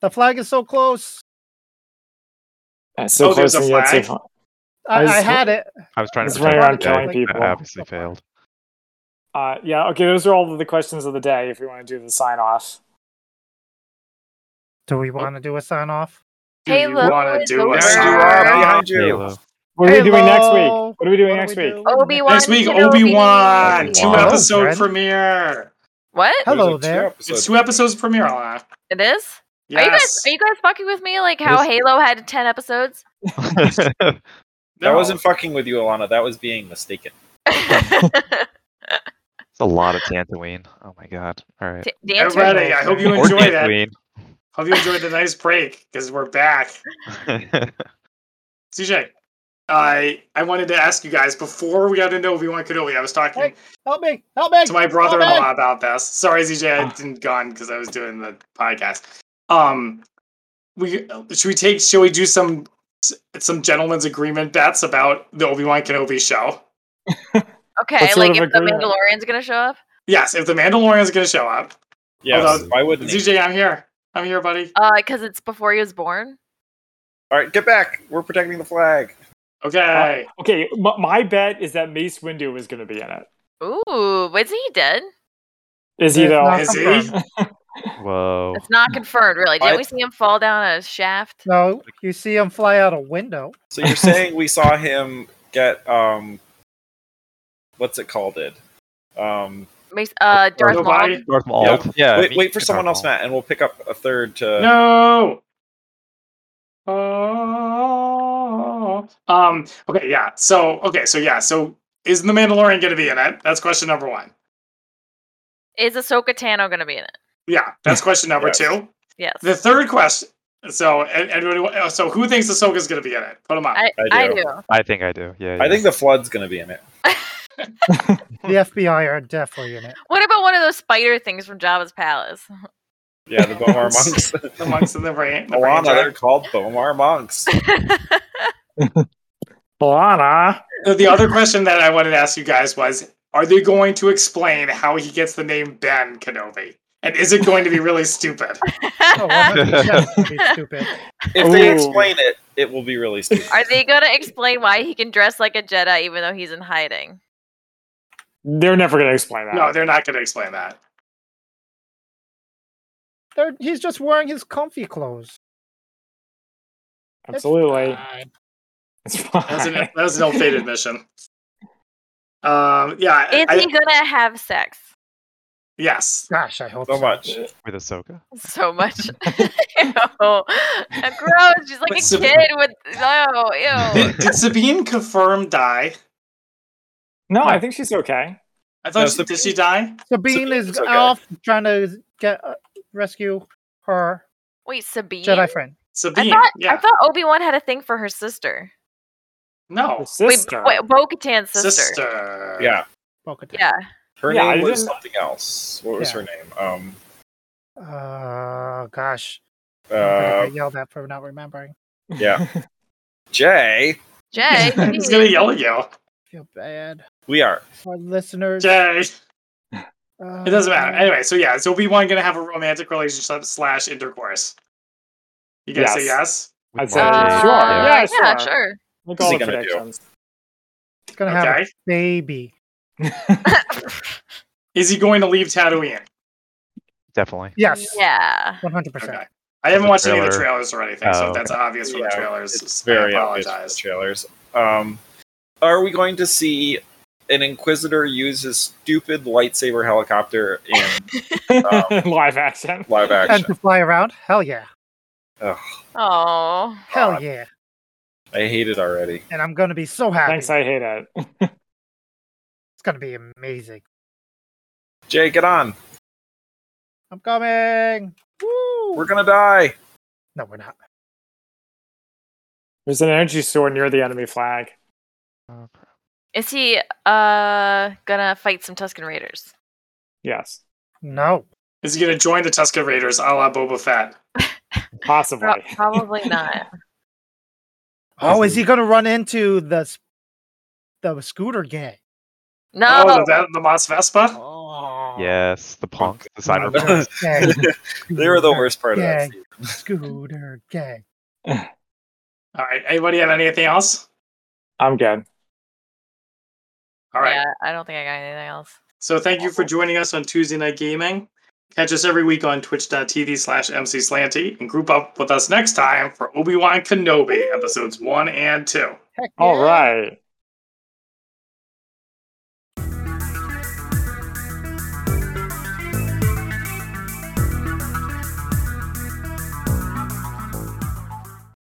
[SPEAKER 4] The flag is so close.
[SPEAKER 6] That's so
[SPEAKER 1] Oh,
[SPEAKER 6] close
[SPEAKER 1] there's
[SPEAKER 6] to
[SPEAKER 1] a
[SPEAKER 6] yet
[SPEAKER 1] flag?
[SPEAKER 6] so far.
[SPEAKER 4] I,
[SPEAKER 6] I
[SPEAKER 4] I
[SPEAKER 6] just-
[SPEAKER 4] had it.
[SPEAKER 5] I was trying to
[SPEAKER 6] It's
[SPEAKER 5] protect
[SPEAKER 6] running around
[SPEAKER 5] the day.
[SPEAKER 6] killing people.
[SPEAKER 5] I obviously failed.
[SPEAKER 6] Uh, yeah. Okay. Those are all of the questions of the day. If we want to do the sign off.
[SPEAKER 4] Do
[SPEAKER 6] Oh.
[SPEAKER 4] we want to do a sign off?
[SPEAKER 1] Do
[SPEAKER 2] Hey,
[SPEAKER 1] you
[SPEAKER 2] look,
[SPEAKER 1] wanna
[SPEAKER 2] it's
[SPEAKER 1] do
[SPEAKER 2] over.
[SPEAKER 1] a
[SPEAKER 3] There
[SPEAKER 1] sign
[SPEAKER 3] you are
[SPEAKER 1] off?
[SPEAKER 3] behind you.
[SPEAKER 5] Halo.
[SPEAKER 6] What are we doing next week?
[SPEAKER 4] Hello.
[SPEAKER 6] What are we doing
[SPEAKER 4] What do
[SPEAKER 6] next
[SPEAKER 4] we
[SPEAKER 6] week?
[SPEAKER 4] do
[SPEAKER 2] Obi Wan.
[SPEAKER 1] Next week,
[SPEAKER 2] Kenobi.
[SPEAKER 1] Obi Wan,
[SPEAKER 5] Obi-Wan.
[SPEAKER 1] two
[SPEAKER 5] Hello,
[SPEAKER 1] episode
[SPEAKER 4] friend.
[SPEAKER 1] premiere.
[SPEAKER 2] What?
[SPEAKER 4] Hello
[SPEAKER 3] There's, like, two
[SPEAKER 4] there.
[SPEAKER 3] episodes.
[SPEAKER 1] It's two episodes premiere, Alana.
[SPEAKER 2] It is. Are you guys
[SPEAKER 1] Yes,
[SPEAKER 2] are you guys fucking with me? Like how
[SPEAKER 5] Yes.
[SPEAKER 2] Halo had ten episodes?
[SPEAKER 3] That
[SPEAKER 1] No.
[SPEAKER 3] wasn't fucking with you, Alana. That was being mistaken.
[SPEAKER 2] D-
[SPEAKER 5] It's a lot of Tantooine. Oh my god. All right.
[SPEAKER 2] Dancer.
[SPEAKER 1] Everybody, I hope you
[SPEAKER 5] Or
[SPEAKER 1] enjoy that.
[SPEAKER 5] Tantooine.
[SPEAKER 1] Hope you enjoyed the nice break because we're back. CJ, I I wanted to ask you guys before we got into Obi Wan Kenobi. I was talking
[SPEAKER 4] Hey. Help me! Help me!
[SPEAKER 1] to my
[SPEAKER 4] Help me!
[SPEAKER 1] brother-in-law about this. Sorry, ZJ, I didn't gone because I was doing the podcast. Um, we should we take should we do some some gentlemen's agreement bets about the Obi Wan Kenobi show?
[SPEAKER 2] Okay,
[SPEAKER 6] What sort
[SPEAKER 2] like
[SPEAKER 6] of
[SPEAKER 2] if the
[SPEAKER 6] agreement?
[SPEAKER 2] Mandalorian's gonna show up.
[SPEAKER 1] Yes, if the Mandalorian's going to show up,
[SPEAKER 3] Yes.
[SPEAKER 1] Although-
[SPEAKER 3] why wouldn't he?
[SPEAKER 1] ZJ, I'm here. I'm here, buddy.
[SPEAKER 2] Uh, because it's before he was born.
[SPEAKER 3] All right, get back. We're protecting the flag.
[SPEAKER 1] Okay,
[SPEAKER 6] Okay. My, my bet is that Mace Windu is going to be in it.
[SPEAKER 2] Ooh, but isn't he dead?
[SPEAKER 6] Is he
[SPEAKER 4] It's
[SPEAKER 6] though?
[SPEAKER 4] not
[SPEAKER 1] Is he?
[SPEAKER 4] confirmed.
[SPEAKER 5] Whoa.
[SPEAKER 2] It's not confirmed, really. Didn't
[SPEAKER 3] I-
[SPEAKER 2] we see him fall down a shaft?
[SPEAKER 4] No, you see him fly out a window.
[SPEAKER 3] So you're saying we saw him get um, what's it called? It. Um,
[SPEAKER 2] Mace, uh, Darth
[SPEAKER 1] Nobody.
[SPEAKER 2] Maul.
[SPEAKER 5] Darth Maul.
[SPEAKER 3] Yeah.
[SPEAKER 5] Yeah.
[SPEAKER 3] wait,
[SPEAKER 5] me-
[SPEAKER 3] wait for
[SPEAKER 5] Darth
[SPEAKER 3] someone else,
[SPEAKER 5] Maul.
[SPEAKER 3] Matt, and we'll pick up a third to.
[SPEAKER 1] no. Oh, um. Okay, yeah. So, okay, so yeah. So, is the Mandalorian going to be in it? That's question number one.
[SPEAKER 2] Is Ahsoka Tano gonna be in it?
[SPEAKER 1] Yeah, that's question number
[SPEAKER 3] Yes.
[SPEAKER 1] two.
[SPEAKER 2] Yes.
[SPEAKER 1] The third question. So, an- anybody? wa- uh, So, who thinks Ahsoka's going to be in it? Put them up.
[SPEAKER 2] I,
[SPEAKER 3] I
[SPEAKER 2] I
[SPEAKER 3] do.
[SPEAKER 2] do.
[SPEAKER 5] I think I do. Yeah.
[SPEAKER 3] I think the flood's gonna be in it.
[SPEAKER 4] The FBI are definitely in it.
[SPEAKER 2] What about one of those spider things from Jabba's palace?
[SPEAKER 1] Oh,
[SPEAKER 3] Yeah, the Bomar monks.
[SPEAKER 1] the monks in the rain. The
[SPEAKER 3] Alana,
[SPEAKER 1] rain
[SPEAKER 3] they're called Bomar monks.
[SPEAKER 6] Lana.
[SPEAKER 1] jar. the other question that I wanted to ask you guys was: Are they going to explain how he gets the name Ben Kenobi? And is it going to be really stupid?
[SPEAKER 4] Oh, 100% would be stupid.
[SPEAKER 3] If they
[SPEAKER 6] Ooh.
[SPEAKER 3] explain it, it will be really stupid.
[SPEAKER 2] Are they gonna explain why he can dress like a Jedi even though he's in hiding?
[SPEAKER 6] They're never going to explain that.
[SPEAKER 1] No, they're not going to explain that.
[SPEAKER 4] They're, he's just wearing his comfy clothes.
[SPEAKER 6] Absolutely.
[SPEAKER 1] That
[SPEAKER 6] It's
[SPEAKER 1] was an,
[SPEAKER 6] fine.
[SPEAKER 1] that was an ill-fated mission. Um, yeah.
[SPEAKER 2] Is
[SPEAKER 1] I-
[SPEAKER 2] he gonna have sex?
[SPEAKER 1] yes.
[SPEAKER 4] Gosh, I hope
[SPEAKER 3] So much.
[SPEAKER 5] with Ahsoka.
[SPEAKER 2] So much. ew. And Gross. She's like
[SPEAKER 1] But
[SPEAKER 2] a
[SPEAKER 1] so-
[SPEAKER 2] kid with. Oh, ew.
[SPEAKER 1] Did, did Sabine confirm die?
[SPEAKER 6] No, I think she's okay.
[SPEAKER 1] I thought
[SPEAKER 3] No,
[SPEAKER 1] she, did
[SPEAKER 3] Sabine-
[SPEAKER 1] she die?
[SPEAKER 4] Sabine
[SPEAKER 3] Sabine's
[SPEAKER 4] is
[SPEAKER 3] okay.
[SPEAKER 4] off trying to get uh, rescue her
[SPEAKER 2] Wait, Sabine?
[SPEAKER 4] Jedi friend.
[SPEAKER 2] I
[SPEAKER 1] Sabine.
[SPEAKER 2] thought,
[SPEAKER 1] yeah.
[SPEAKER 2] I thought Obi Wan had a thing for her sister.
[SPEAKER 1] no.
[SPEAKER 6] Her sister.
[SPEAKER 2] Oh, Wait, wait Bo Katan's sister.
[SPEAKER 1] Sister.
[SPEAKER 3] Yeah,
[SPEAKER 4] Bo-Katan.
[SPEAKER 2] Yeah.
[SPEAKER 3] her
[SPEAKER 6] Yeah, I
[SPEAKER 3] name was
[SPEAKER 6] didn't-
[SPEAKER 3] something else. What was
[SPEAKER 4] Yeah.
[SPEAKER 3] her name? Um,
[SPEAKER 4] Uh, gosh, I'm gonna
[SPEAKER 3] uh,
[SPEAKER 4] get yelled at for not remembering.
[SPEAKER 3] yeah. Jay.
[SPEAKER 2] Jay.
[SPEAKER 1] He's gonna yell at you.
[SPEAKER 4] I feel bad.
[SPEAKER 3] We are.
[SPEAKER 4] Our listeners.
[SPEAKER 1] Jay.
[SPEAKER 4] uh,
[SPEAKER 1] It doesn't matter. Anyway, so yeah, so Obi Wan gonna have a romantic relationship slash intercourse. You guys say
[SPEAKER 6] Yes.
[SPEAKER 1] yes?
[SPEAKER 5] With
[SPEAKER 6] I'd say
[SPEAKER 5] Mara
[SPEAKER 6] Uh,
[SPEAKER 5] Jade.
[SPEAKER 6] sure, yeah.
[SPEAKER 2] yeah,
[SPEAKER 6] sure.
[SPEAKER 2] sure.
[SPEAKER 6] Make
[SPEAKER 3] What's
[SPEAKER 6] all
[SPEAKER 3] he
[SPEAKER 6] the
[SPEAKER 3] gonna do?
[SPEAKER 6] predictions.
[SPEAKER 4] It's gonna have
[SPEAKER 1] Okay.
[SPEAKER 4] a baby.
[SPEAKER 1] Is he going to leave Tatooine?
[SPEAKER 5] Definitely.
[SPEAKER 4] Yes.
[SPEAKER 2] Yeah.
[SPEAKER 4] One hundred percent.
[SPEAKER 1] Okay. I haven't
[SPEAKER 5] the
[SPEAKER 1] watched any of the
[SPEAKER 5] trailer.
[SPEAKER 1] trailers or anything, so
[SPEAKER 5] Oh,
[SPEAKER 1] if that's obvious from the
[SPEAKER 3] Yeah,
[SPEAKER 1] trailers,
[SPEAKER 3] It's
[SPEAKER 1] I
[SPEAKER 3] very obvious from the
[SPEAKER 1] apologize.
[SPEAKER 3] trailers. Um, are we going to see an Inquisitor use his stupid lightsaber helicopter in Um,
[SPEAKER 6] Live action.
[SPEAKER 3] live
[SPEAKER 4] And
[SPEAKER 3] action?
[SPEAKER 4] to fly around? Hell yeah.
[SPEAKER 3] Ugh,
[SPEAKER 2] Oh.
[SPEAKER 4] Hell
[SPEAKER 3] God,
[SPEAKER 4] yeah.
[SPEAKER 3] I hate it already.
[SPEAKER 4] And I'm gonna be so happy.
[SPEAKER 6] Thanks, I hate it.
[SPEAKER 4] It's gonna be amazing.
[SPEAKER 3] Jay, get on.
[SPEAKER 4] I'm coming. Woo!
[SPEAKER 3] We're gonna die.
[SPEAKER 4] No, we're not.
[SPEAKER 6] There's an energy store near the enemy flag.
[SPEAKER 5] Uh,
[SPEAKER 2] Is he uh gonna fight some Tuscan Raiders?
[SPEAKER 6] Yes,
[SPEAKER 4] No.
[SPEAKER 1] Is he gonna join the Tusken Raiders a la Boba Fett?
[SPEAKER 6] possibly.
[SPEAKER 2] Pro- probably not.
[SPEAKER 4] Oh, is he gonna run into the s- the scooter gang?
[SPEAKER 2] No.
[SPEAKER 1] Oh, the, the Mos Vespa?
[SPEAKER 4] Oh.
[SPEAKER 5] Yes, the punk, the
[SPEAKER 4] Scooter
[SPEAKER 5] cyberpunk.
[SPEAKER 4] gang.
[SPEAKER 3] They were the
[SPEAKER 4] Scooter
[SPEAKER 3] worst part of that.
[SPEAKER 4] gang.
[SPEAKER 3] Season.
[SPEAKER 4] Scooter gang.
[SPEAKER 1] All right. Anybody have anything else?
[SPEAKER 6] I'm good.
[SPEAKER 1] All right.
[SPEAKER 2] Yeah, I don't think I got anything else.
[SPEAKER 1] So thank you for joining us on Tuesday Night Gaming. Catch us every week on twitch.tv slash mcslanty and group up with us next time for Obi-Wan Kenobi episodes 1 and 2.
[SPEAKER 4] Heck
[SPEAKER 6] All
[SPEAKER 4] yeah.
[SPEAKER 6] right.